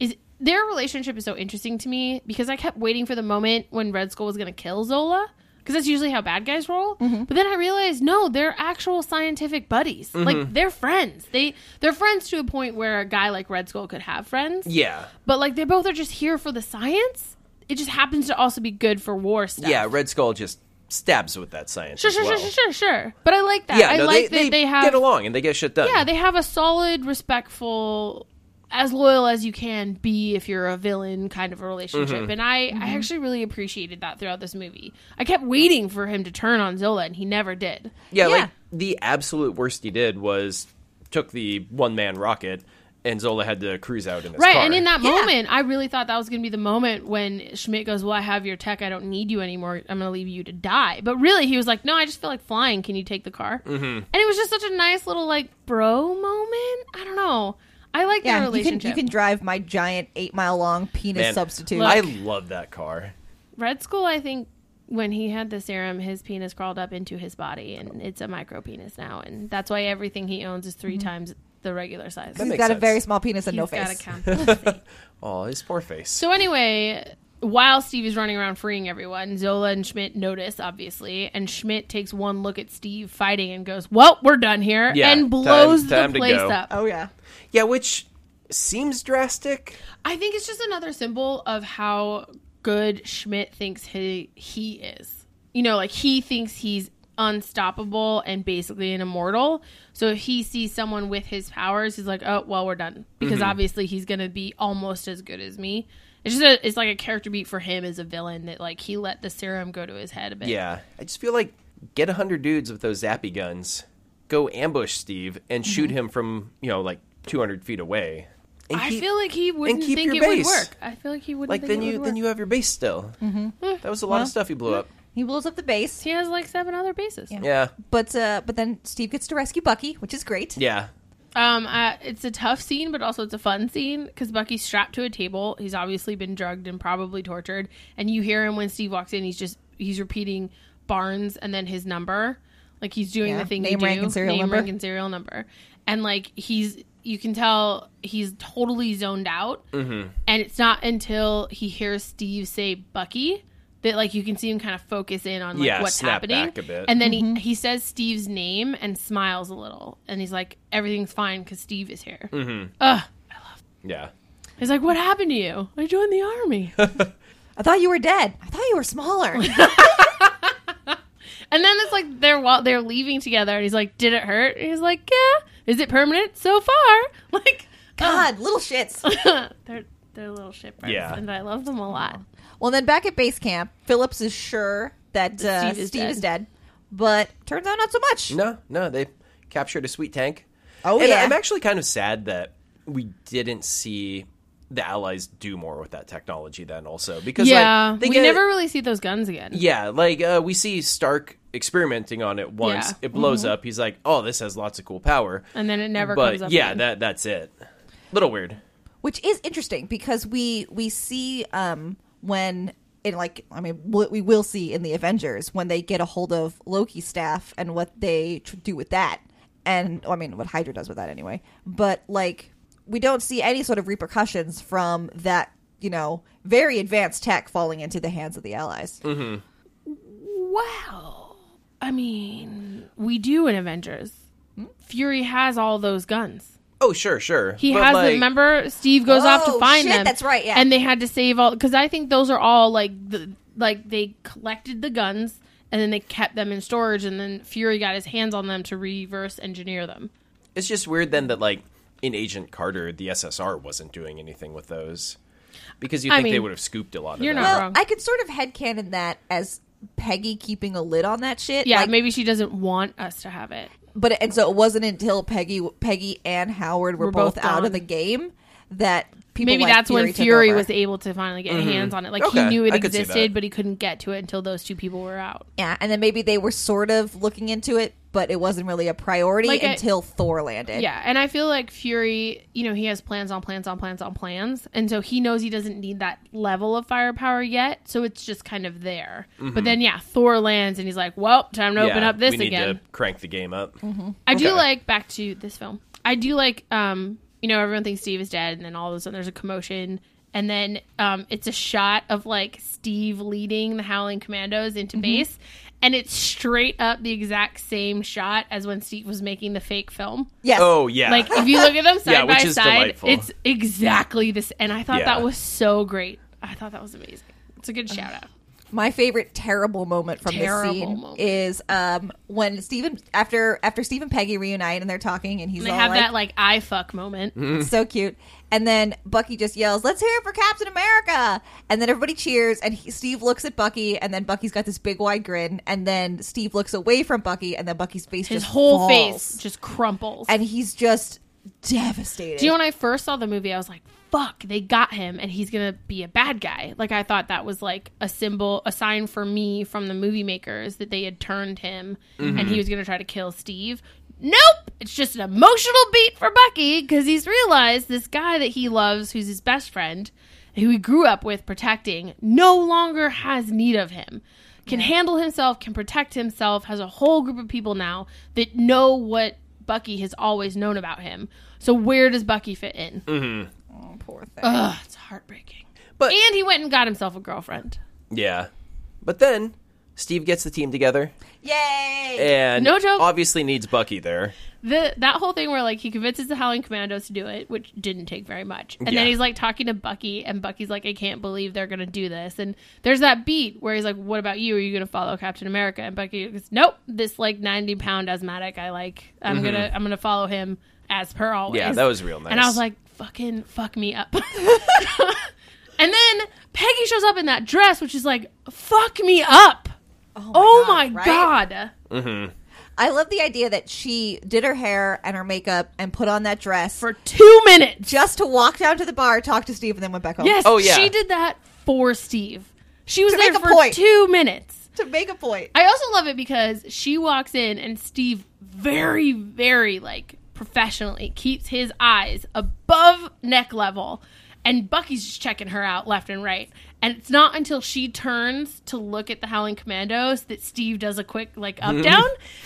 [SPEAKER 3] is their relationship is so interesting to me because I kept waiting for the moment when Red Skull was going to kill Zola because that's usually how bad guys roll.
[SPEAKER 2] Mm-hmm.
[SPEAKER 3] But then I realized no, they're actual scientific buddies.
[SPEAKER 2] Mm-hmm.
[SPEAKER 3] Like they're friends. They they're friends to a point where a guy like Red Skull could have friends.
[SPEAKER 2] Yeah,
[SPEAKER 3] But like they both are just here for the science. It just happens to also be good for war stuff.
[SPEAKER 2] yeah. Red Skull just stabs with that science.
[SPEAKER 3] Sure,
[SPEAKER 2] as
[SPEAKER 3] sure,
[SPEAKER 2] well.
[SPEAKER 3] sure, sure, sure, sure. But I like that.
[SPEAKER 2] Yeah,
[SPEAKER 3] I
[SPEAKER 2] no,
[SPEAKER 3] like
[SPEAKER 2] they,
[SPEAKER 3] that they, have
[SPEAKER 2] get along and they get shit done.
[SPEAKER 3] Yeah, they have a solid, respectful, as loyal as you can be if you're a villain kind of a relationship.
[SPEAKER 2] Mm-hmm.
[SPEAKER 3] And I, I actually really appreciated that throughout this movie. I kept waiting for him to turn on Zola, and he never did.
[SPEAKER 2] yeah, like
[SPEAKER 4] Yeah.
[SPEAKER 2] the absolute worst he did was took the one man rocket, and Zola had to cruise out in his
[SPEAKER 3] Right,
[SPEAKER 2] car.
[SPEAKER 3] and in that
[SPEAKER 4] Yeah.
[SPEAKER 3] moment, I really thought that was going to be the moment when Schmidt goes, "Well, I have your tech. I don't need you anymore. I'm going to leave you to die." But really, he was like, "No, I just feel like flying. Can you take the car?" Mm-hmm. And it was just such a nice little like bro moment. I don't know. I like their
[SPEAKER 4] Yeah, you can,
[SPEAKER 3] relationship.
[SPEAKER 4] you can drive my giant eight mile long penis
[SPEAKER 2] Man,
[SPEAKER 4] substitute.
[SPEAKER 2] I love that car.
[SPEAKER 3] Red Skull, I think when he had the serum, his penis crawled up into his body, and it's a micro penis now, and that's why everything he owns is 3
[SPEAKER 4] Mm-hmm.
[SPEAKER 3] times the regular size.
[SPEAKER 2] That
[SPEAKER 4] He's
[SPEAKER 2] makes
[SPEAKER 4] got a
[SPEAKER 2] sense.
[SPEAKER 4] very small penis and no
[SPEAKER 3] He's gotta
[SPEAKER 4] face.
[SPEAKER 3] compensate.
[SPEAKER 2] Oh, his poor face.
[SPEAKER 3] so anyway, while Steve is running around freeing everyone, Zola and Schmidt notice obviously, and Schmidt takes one look at Steve fighting and goes, "Well, we're done here,"
[SPEAKER 2] Yeah,
[SPEAKER 3] and blows
[SPEAKER 2] time- time to
[SPEAKER 3] the place
[SPEAKER 2] go.
[SPEAKER 3] up.
[SPEAKER 4] Oh yeah.
[SPEAKER 2] Yeah, which seems drastic.
[SPEAKER 3] I think it's just another symbol of how good Schmidt thinks he he is. You know, like he thinks he's unstoppable and basically an immortal. So if he sees someone with his powers, he's like, "Oh, well, we're done." Because
[SPEAKER 2] Mm-hmm.
[SPEAKER 3] obviously he's going to be almost as good as me. It's just a, it's like a character beat for him as a villain that like he let the serum go to his head a bit.
[SPEAKER 2] Yeah, I just feel like get a hundred dudes with those zappy guns, go ambush Steve and
[SPEAKER 3] Mm-hmm.
[SPEAKER 2] shoot him from you know like two hundred feet away. And
[SPEAKER 3] I
[SPEAKER 2] keep-
[SPEAKER 3] feel like he wouldn't
[SPEAKER 2] keep
[SPEAKER 3] think
[SPEAKER 2] your
[SPEAKER 3] it
[SPEAKER 2] base.
[SPEAKER 3] would work. I feel like he wouldn't
[SPEAKER 2] like
[SPEAKER 3] think
[SPEAKER 2] then
[SPEAKER 3] it
[SPEAKER 2] you
[SPEAKER 3] would
[SPEAKER 2] then
[SPEAKER 3] work. Mm-hmm. Eh,
[SPEAKER 2] you have your base still. That was a lot
[SPEAKER 4] Well,
[SPEAKER 2] of stuff he blew up.
[SPEAKER 4] He blows up the base,
[SPEAKER 3] He has like seven other bases.
[SPEAKER 2] Yeah,
[SPEAKER 4] but uh, but then Steve gets to rescue Bucky, which is great.
[SPEAKER 2] yeah.
[SPEAKER 3] Um, uh, it's a tough scene, but also it's a fun scene because Bucky's strapped to a table. He's obviously been drugged and probably tortured, and you hear him when Steve walks in. He's just he's repeating Barnes and then his number, like he's doing
[SPEAKER 4] Yeah,
[SPEAKER 3] the thing
[SPEAKER 4] name,
[SPEAKER 3] you
[SPEAKER 4] rank,
[SPEAKER 3] do,
[SPEAKER 4] and serial
[SPEAKER 3] name,
[SPEAKER 4] number.
[SPEAKER 3] rank, and serial number, and like he's you can tell he's totally zoned out, and it's not until he hears Steve say Bucky. That like you can see him kind of focus in on like
[SPEAKER 2] Yeah,
[SPEAKER 3] what's
[SPEAKER 2] snap
[SPEAKER 3] happening,
[SPEAKER 2] back a bit.
[SPEAKER 3] and then he, he says Steve's name and smiles a little. And he's like, everything's fine because Steve is here.
[SPEAKER 2] Mm-hmm.
[SPEAKER 3] Ugh.
[SPEAKER 2] Yeah.
[SPEAKER 3] He's like, what happened to you? I joined the army.
[SPEAKER 4] I thought you were dead. I thought you were smaller.
[SPEAKER 3] Oh and then it's like they're while they're leaving together. And he's like, did it hurt? And he's like, yeah. Is it permanent? So far. Like,
[SPEAKER 4] God, little shits.
[SPEAKER 3] they're, they're little shipwrecks.
[SPEAKER 2] Yeah.
[SPEAKER 3] And I love them a lot.
[SPEAKER 4] Well, then back at base camp, Phillips is sure that uh,
[SPEAKER 3] Steve
[SPEAKER 4] Steve,
[SPEAKER 3] is
[SPEAKER 4] is,
[SPEAKER 3] dead.
[SPEAKER 4] dead. but turns out not so much.
[SPEAKER 2] No, no, they captured a sweet tank.
[SPEAKER 4] Oh,
[SPEAKER 2] and
[SPEAKER 4] yeah.
[SPEAKER 2] I'm actually kind of sad that we didn't see the Allies do more with that technology then also because
[SPEAKER 3] Yeah.
[SPEAKER 2] like, they
[SPEAKER 3] we
[SPEAKER 2] get-
[SPEAKER 3] never really see those guns again.
[SPEAKER 2] yeah like uh, we see Stark experimenting on it once
[SPEAKER 3] Yeah. Mm-hmm.
[SPEAKER 2] it blows up he's like oh this has lots of cool power
[SPEAKER 3] And then it never comes
[SPEAKER 2] but
[SPEAKER 3] up.
[SPEAKER 2] yeah
[SPEAKER 3] again.
[SPEAKER 2] that that's it little weird
[SPEAKER 4] which is interesting because we we see um when in like i mean w- we will see in the avengers when they get a hold of loki's staff and what they tr- do with that and well, i mean what hydra does with that anyway but like we don't see any sort of repercussions from that you know very advanced tech falling into the hands of the allies
[SPEAKER 3] Mm-hmm. Well, I mean, we do in Avengers. Fury has all those guns.
[SPEAKER 2] oh sure sure
[SPEAKER 3] He
[SPEAKER 2] But,
[SPEAKER 3] has
[SPEAKER 2] like,
[SPEAKER 3] them. Remember, Steve goes off to
[SPEAKER 4] Oh,
[SPEAKER 3] find
[SPEAKER 4] shit,
[SPEAKER 3] them.
[SPEAKER 4] that's right, yeah.
[SPEAKER 3] and they had to save all because I think those are all like the like they collected the guns and then they kept them in storage, and then Fury got his hands on them to reverse engineer them.
[SPEAKER 2] it's just weird then that like in Agent Carter the SSR wasn't doing anything with those because you
[SPEAKER 3] I
[SPEAKER 2] think they
[SPEAKER 3] mean,
[SPEAKER 2] would have scooped a lot of
[SPEAKER 3] you're
[SPEAKER 2] that.
[SPEAKER 3] not
[SPEAKER 4] well
[SPEAKER 3] wrong.
[SPEAKER 4] i could sort of headcanon that as peggy keeping a lid on that shit
[SPEAKER 3] Yeah,
[SPEAKER 4] like,
[SPEAKER 3] maybe she doesn't want us to have it.
[SPEAKER 4] but and so it wasn't until Peggy Peggy and Howard were,
[SPEAKER 3] Were both
[SPEAKER 4] both, out
[SPEAKER 3] gone.
[SPEAKER 4] of the game that people
[SPEAKER 3] Maybe
[SPEAKER 4] like
[SPEAKER 3] that's when
[SPEAKER 4] took
[SPEAKER 3] Fury
[SPEAKER 4] over.
[SPEAKER 3] was able to finally get hands on it. Like he
[SPEAKER 2] Mm-hmm. Okay,
[SPEAKER 3] knew it
[SPEAKER 2] I could see
[SPEAKER 3] existed,
[SPEAKER 2] that.
[SPEAKER 3] but he couldn't get to it until those two people were out.
[SPEAKER 4] yeah, and then maybe they were sort of looking into it, but it wasn't really a priority
[SPEAKER 3] Like, I-
[SPEAKER 4] until Thor landed.
[SPEAKER 3] Yeah, and I feel like Fury, you know, he has plans on plans on plans on plans, and so he knows he doesn't need that level of firepower yet, so it's just kind of there. But then, yeah, Thor lands, and he's like, "Well, time to open
[SPEAKER 2] Mm-hmm. Yeah,
[SPEAKER 3] up this
[SPEAKER 2] we need
[SPEAKER 3] again." Mm-hmm.
[SPEAKER 2] to crank the game up
[SPEAKER 3] I do
[SPEAKER 2] okay.
[SPEAKER 3] like back to this film. I do like, um, you know, everyone thinks Steve is dead, and then all of a sudden there's a commotion, and then um, it's a shot of like Steve leading the Howling Commandos into
[SPEAKER 2] Mm-hmm.
[SPEAKER 3] base. And it's straight up the exact same shot as when Steve was making the fake film.
[SPEAKER 4] Yes.
[SPEAKER 2] Oh yeah,
[SPEAKER 3] Like if you look at them side
[SPEAKER 2] Yeah, which
[SPEAKER 3] by
[SPEAKER 2] is
[SPEAKER 3] side,
[SPEAKER 2] delightful.
[SPEAKER 3] it's exactly this. And I thought
[SPEAKER 2] Yeah.
[SPEAKER 3] that was so great. I thought that was amazing. It's a good shout out.
[SPEAKER 4] My favorite terrible moment from
[SPEAKER 3] Terrible
[SPEAKER 4] this scene
[SPEAKER 3] moment.
[SPEAKER 4] is um, when Stephen after after Steve and Peggy reunite and they're talking and he's
[SPEAKER 3] And they
[SPEAKER 4] all
[SPEAKER 3] have
[SPEAKER 4] like,
[SPEAKER 3] that like eye fuck moment.
[SPEAKER 2] Mm-hmm.
[SPEAKER 4] so cute. And then Bucky just yells, "Let's hear it for Captain America!" And then everybody cheers. And he, Steve looks at Bucky, and then Bucky's got this big wide grin. And then Steve looks away from Bucky, and then Bucky's face,
[SPEAKER 3] His
[SPEAKER 4] just
[SPEAKER 3] whole
[SPEAKER 4] falls.
[SPEAKER 3] face just crumples.
[SPEAKER 4] and he's just devastated.
[SPEAKER 3] Do you know when I first saw the movie, I was like, "Fuck, they got him, and he's gonna be a bad guy." Like I thought that was like a symbol, a sign for me from the movie makers that they had turned him, and he was gonna try to kill Steve. Nope. It's just an emotional beat for Bucky because he's realized this guy that he loves, who's his best friend, who he grew up with protecting, no longer has need of him. Can handle himself, can protect himself, has a whole group of people now that know what Bucky has always known about him. So where does Bucky fit in?
[SPEAKER 4] Oh, poor thing.
[SPEAKER 3] Ugh, it's heartbreaking.
[SPEAKER 2] But
[SPEAKER 3] And he went and got himself a girlfriend.
[SPEAKER 2] yeah, but then Steve gets the team together
[SPEAKER 4] Yay!
[SPEAKER 2] and
[SPEAKER 3] No joke.
[SPEAKER 2] obviously needs Bucky there.
[SPEAKER 3] the that whole thing where like he convinces the Howling Commandos to do it, which didn't take very much, and
[SPEAKER 2] Yeah.
[SPEAKER 3] then he's like talking to Bucky, and Bucky's like, "I can't believe they're gonna do this." And there's that beat where he's like, "What about you? Are you gonna follow Captain America?" And Bucky goes, "Nope, this like 90 pound asthmatic, I like. I'm gonna I'm gonna follow him as per always."
[SPEAKER 2] Mm-hmm. Yeah, that was real nice.
[SPEAKER 3] And I was like, "Fucking fuck me up." and then Peggy shows up in that dress, which is like, "Fuck me up." Oh my,
[SPEAKER 4] God, right?
[SPEAKER 3] god.
[SPEAKER 4] I love the idea that she did her hair and her makeup and put on that dress
[SPEAKER 3] For 2 minutes.
[SPEAKER 4] just to walk down to the bar, talk to Steve, and then went back home.
[SPEAKER 3] Yes.
[SPEAKER 2] Oh, yeah.
[SPEAKER 3] She did that for Steve. She was
[SPEAKER 4] To
[SPEAKER 3] there
[SPEAKER 4] make a
[SPEAKER 3] for
[SPEAKER 4] point.
[SPEAKER 3] two minutes.
[SPEAKER 4] to make a point.
[SPEAKER 3] I also love it because she walks in and Steve very, very like professionally keeps his eyes above neck level. And Bucky's just checking her out left and right. And it's not until she turns to look at the Howling Commandos that Steve does a quick like up down,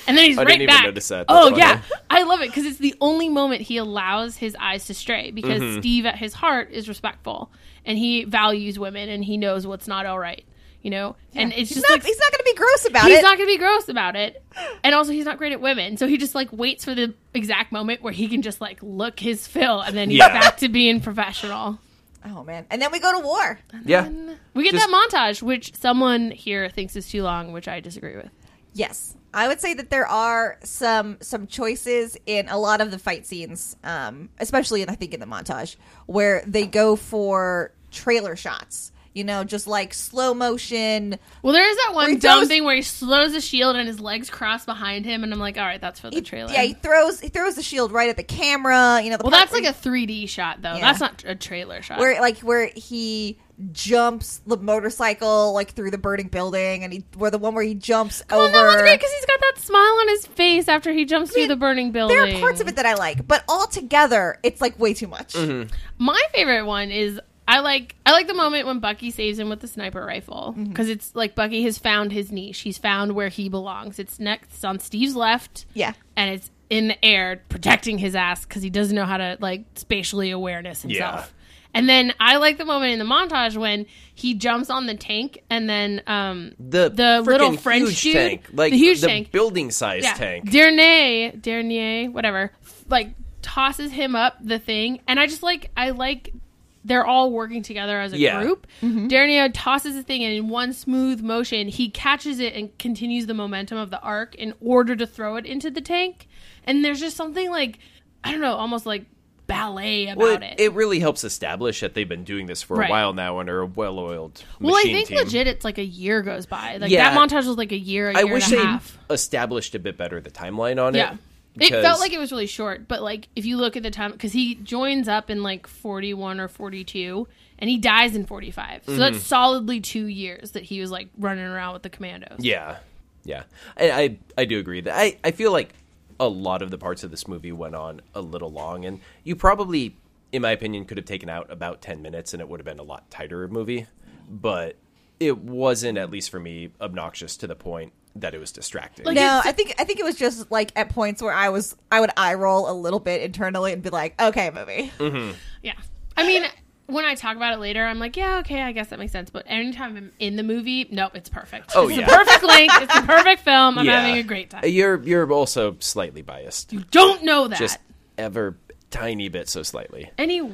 [SPEAKER 3] and then he's
[SPEAKER 2] I
[SPEAKER 3] right
[SPEAKER 2] didn't even
[SPEAKER 3] back.
[SPEAKER 2] notice that. That's
[SPEAKER 3] Oh
[SPEAKER 2] funny.
[SPEAKER 3] yeah, I love it because it's the only moment he allows his eyes to stray because
[SPEAKER 2] Mm-hmm.
[SPEAKER 3] Steve, at his heart, is respectful and he values women and he knows what's not all right, you know. And it's
[SPEAKER 4] He's
[SPEAKER 3] just
[SPEAKER 4] not,
[SPEAKER 3] like
[SPEAKER 4] he's not going to be gross about
[SPEAKER 3] he's
[SPEAKER 4] it.
[SPEAKER 3] not going to be gross about it, and also he's not great at women, so he just like waits for the exact moment where he can just like look his fill, and then he's
[SPEAKER 2] Yeah.
[SPEAKER 3] back to being professional.
[SPEAKER 4] oh man! And then we go to war.
[SPEAKER 2] yeah,
[SPEAKER 3] We get
[SPEAKER 2] Just-
[SPEAKER 3] that montage, which someone here thinks is too long, which I disagree with.
[SPEAKER 4] Yes, I would say that there are some some choices in a lot of the fight scenes, um, especially in I think in the montage where they go for trailer shots. You know, just like slow motion.
[SPEAKER 3] Well, there is that
[SPEAKER 4] he
[SPEAKER 3] one dumb
[SPEAKER 4] throws-
[SPEAKER 3] thing where he slows the shield and his legs cross behind him, and I'm like, all right, that's for the trailer.
[SPEAKER 4] Yeah, he throws he throws the shield right at the camera. You know, the
[SPEAKER 3] well,
[SPEAKER 4] part
[SPEAKER 3] that's
[SPEAKER 4] where
[SPEAKER 3] like a 3D shot though.
[SPEAKER 4] Yeah.
[SPEAKER 3] That's not a trailer shot.
[SPEAKER 4] where like where he jumps the motorcycle like through the burning building, and he where the one where he jumps
[SPEAKER 3] well,
[SPEAKER 4] over.
[SPEAKER 3] that one's great because he's got that smile on his face after he jumps
[SPEAKER 4] mean,
[SPEAKER 3] through the burning building.
[SPEAKER 4] there are parts of it that I like, but altogether, it's like way too much.
[SPEAKER 3] My favorite one is I like I like the moment when Bucky saves him with the sniper rifle because it's like Bucky has found his niche. He's found where he belongs. It's next it's on Steve's left.
[SPEAKER 4] Yeah.
[SPEAKER 3] and it's in the air protecting his ass because he doesn't know how to like spatially awareness himself. And then I like the moment in the montage when he jumps on the tank and then um
[SPEAKER 2] the
[SPEAKER 3] the
[SPEAKER 2] frickin'
[SPEAKER 3] little French
[SPEAKER 2] huge
[SPEAKER 3] dude-
[SPEAKER 2] tank, like
[SPEAKER 3] the huge
[SPEAKER 2] the
[SPEAKER 3] tank.
[SPEAKER 2] building size tank.
[SPEAKER 3] Dernier, Dernier, whatever. Like tosses him up the thing, and I just like I like they're all working together as a
[SPEAKER 2] Yeah.
[SPEAKER 3] group. Dernier tosses the thing, and in one smooth motion, he catches it and continues the momentum of the arc in order to throw it into the tank. And there's just something like I don't know, almost like ballet about
[SPEAKER 2] Well,
[SPEAKER 3] it.
[SPEAKER 2] it, it really helps establish that they've been doing this for a
[SPEAKER 3] Right.
[SPEAKER 2] while now and are a well-oiled
[SPEAKER 3] well, I
[SPEAKER 2] machine
[SPEAKER 3] think
[SPEAKER 2] team.
[SPEAKER 3] legit, it's like a year goes by. Like
[SPEAKER 2] Yeah.
[SPEAKER 3] that montage was like a year. A
[SPEAKER 2] I
[SPEAKER 3] year
[SPEAKER 2] wish
[SPEAKER 3] and a
[SPEAKER 2] they
[SPEAKER 3] half.
[SPEAKER 2] established a bit better the timeline on
[SPEAKER 3] Yeah.
[SPEAKER 2] it.
[SPEAKER 3] It
[SPEAKER 2] because-
[SPEAKER 3] felt like it was really short, but like if you look at the time, because he joins up in like 41 or 42 and he dies in 45. So
[SPEAKER 2] Mm-hmm.
[SPEAKER 3] that's solidly two years that he was like running around with the commandos.
[SPEAKER 2] Yeah, yeah, and I I do agree that I I feel like a lot of the parts of this movie went on a little long, and you probably, in my opinion, could have taken out about ten minutes, and it would have been a lot tighter movie. But it wasn't, at least for me, obnoxious to the point that it was distracting.
[SPEAKER 3] Like-
[SPEAKER 4] No,
[SPEAKER 3] it's-
[SPEAKER 4] I think I think it was just like at points where I was I would eye roll a little bit internally and be like, okay, movie.
[SPEAKER 3] Mm. Yeah. I mean, when I talk about it later, I'm like, yeah, okay, I guess that makes sense. But anytime I'm in the movie, nope, it's perfect.
[SPEAKER 2] Oh,
[SPEAKER 3] it's
[SPEAKER 2] yeah.
[SPEAKER 3] the perfect length. It's the perfect film. I'm
[SPEAKER 2] Yeah.
[SPEAKER 3] having a great time.
[SPEAKER 2] You're you're also slightly biased,
[SPEAKER 3] You don't know that.
[SPEAKER 2] just ever tiny bit so slightly.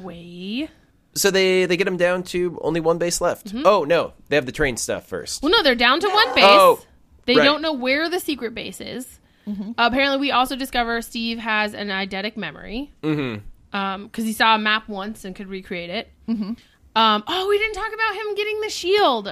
[SPEAKER 3] anyway.
[SPEAKER 2] So they they get him down to only one base left. Oh no, they have the train stuff first.
[SPEAKER 3] Well, no, they're down to one base.
[SPEAKER 2] Oh,
[SPEAKER 3] they
[SPEAKER 2] right.
[SPEAKER 3] don't know where the secret base is. apparently, we also discover Steve has an eidetic memory because
[SPEAKER 2] Mm-hmm.
[SPEAKER 3] he saw a map once and could recreate it. Um, oh, we didn't talk about him getting the shield,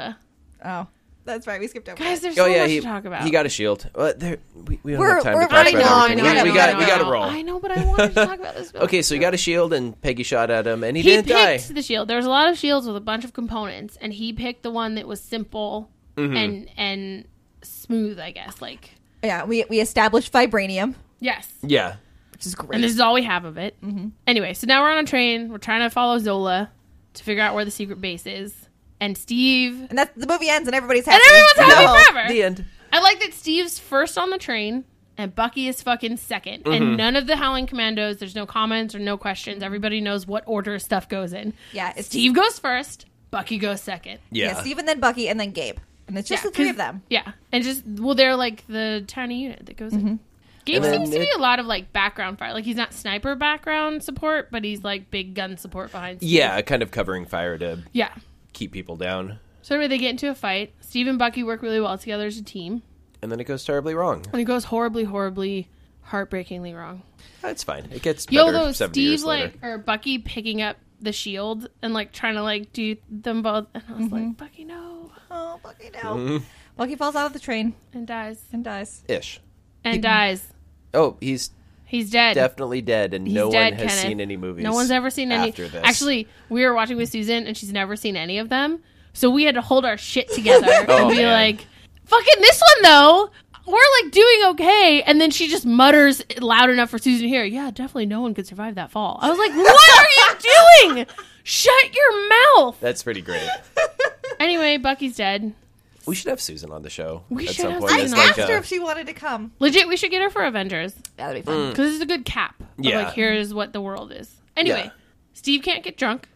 [SPEAKER 4] Oh, that's right. We skipped over.
[SPEAKER 3] guys. There's
[SPEAKER 2] Oh
[SPEAKER 3] so
[SPEAKER 2] yeah,
[SPEAKER 3] much
[SPEAKER 2] he,
[SPEAKER 3] to talk about.
[SPEAKER 2] he got a shield. Uh, there, we, we don't
[SPEAKER 4] We're-
[SPEAKER 2] have time
[SPEAKER 4] we're
[SPEAKER 2] to talk
[SPEAKER 4] running
[SPEAKER 3] Oh,
[SPEAKER 2] about everything.
[SPEAKER 4] on,
[SPEAKER 2] We,
[SPEAKER 4] I
[SPEAKER 2] we
[SPEAKER 4] know,
[SPEAKER 2] got
[SPEAKER 4] I
[SPEAKER 2] we got to
[SPEAKER 4] know.
[SPEAKER 2] roll.
[SPEAKER 3] I know, but I wanted to talk about this. Film.
[SPEAKER 2] Okay, so he got a shield and Peggy shot at him, and he,
[SPEAKER 3] he
[SPEAKER 2] didn't
[SPEAKER 3] picked
[SPEAKER 2] die.
[SPEAKER 3] the shield. There was a lot of shields with a bunch of components, and he picked the one that was simple
[SPEAKER 2] Mm-hmm.
[SPEAKER 3] and and smooth. I guess like
[SPEAKER 4] Yeah, we we established vibranium.
[SPEAKER 3] Yes.
[SPEAKER 2] Yeah.
[SPEAKER 4] which is great.
[SPEAKER 3] And this is all we have of it.
[SPEAKER 4] Mm-hmm.
[SPEAKER 3] Anyway, so now we're on a train. We're trying to follow Zola to figure out where the secret base is. And Steve. And
[SPEAKER 4] and that's the movie ends, and everybody's happy.
[SPEAKER 3] everyone's happy
[SPEAKER 4] No.
[SPEAKER 3] forever.
[SPEAKER 2] The end.
[SPEAKER 3] I like that Steve's first on the train and Bucky is fucking 2nd
[SPEAKER 2] Mm-hmm.
[SPEAKER 3] And none of the Howling Commandos, there's no comments or no questions. Everybody knows what order stuff goes in.
[SPEAKER 4] Mm-hmm. Yeah, it's
[SPEAKER 3] Steve goes first, Bucky goes second.
[SPEAKER 2] Yeah.
[SPEAKER 4] Yeah, Steve and then Bucky and then Gabe, and it's just
[SPEAKER 3] Yeah,
[SPEAKER 4] the three
[SPEAKER 3] 'cause-
[SPEAKER 4] of them.
[SPEAKER 3] Yeah. And just, well, they're like the tiny unit that goes
[SPEAKER 4] Mm-hmm.
[SPEAKER 3] in. Gabe
[SPEAKER 2] And then
[SPEAKER 3] seems to be
[SPEAKER 2] it-
[SPEAKER 3] a lot of like background fire. Like he's not sniper background support, but he's like big gun support behind. Steve.
[SPEAKER 2] yeah, kind of covering fire to
[SPEAKER 3] Yeah.
[SPEAKER 2] keep people down.
[SPEAKER 3] So anyway, they get into a fight. Steve and Bucky work really well together as a team.
[SPEAKER 2] And then it goes terribly wrong.
[SPEAKER 3] And it goes horribly, horribly, heartbreakingly wrong.
[SPEAKER 2] It's fine. It gets
[SPEAKER 3] Yo,
[SPEAKER 2] better
[SPEAKER 3] though,
[SPEAKER 2] 70
[SPEAKER 3] Steve
[SPEAKER 2] years
[SPEAKER 3] like
[SPEAKER 2] later.
[SPEAKER 3] or Bucky picking up the shield and like trying to like do them both, and I was
[SPEAKER 2] Mm-hmm.
[SPEAKER 3] like, Bucky, no,
[SPEAKER 4] Oh, Bucky no.
[SPEAKER 3] Mm-hmm.
[SPEAKER 4] Bucky falls out of the train
[SPEAKER 3] and dies
[SPEAKER 4] and dies.
[SPEAKER 2] Ish.
[SPEAKER 3] and dies.
[SPEAKER 2] Oh, he's
[SPEAKER 3] He's dead.
[SPEAKER 2] definitely dead, and
[SPEAKER 3] He's
[SPEAKER 2] no
[SPEAKER 3] dead,
[SPEAKER 2] one has
[SPEAKER 3] Kenneth.
[SPEAKER 2] seen any movies.
[SPEAKER 3] No one's ever seen any.
[SPEAKER 2] after this.
[SPEAKER 3] Actually, we were watching with Susan, and she's never seen any of them. So we had to hold our shit together
[SPEAKER 2] Oh,
[SPEAKER 3] and be
[SPEAKER 2] man.
[SPEAKER 3] like, "Fucking this one though." We're like doing okay, and then she just mutters loud enough for Susan to hear. Yeah, definitely, no one could survive that fall. I was like, "What are you doing? Shut your mouth!"
[SPEAKER 2] that's pretty great.
[SPEAKER 3] Anyway, Bucky's dead.
[SPEAKER 2] We should have Susan on the show.
[SPEAKER 3] We
[SPEAKER 2] at
[SPEAKER 3] should
[SPEAKER 2] some
[SPEAKER 3] have
[SPEAKER 2] point.
[SPEAKER 4] I
[SPEAKER 2] It's
[SPEAKER 3] Susan
[SPEAKER 2] like
[SPEAKER 4] asked her
[SPEAKER 2] a-
[SPEAKER 4] if she wanted to come. Mm.
[SPEAKER 3] Legit, we should get her for Avengers
[SPEAKER 4] That would be fun.
[SPEAKER 3] because this is a good cap. Of
[SPEAKER 2] Yeah.
[SPEAKER 3] Like, here's what the world is. Anyway,
[SPEAKER 2] Yeah.
[SPEAKER 3] Steve can't get drunk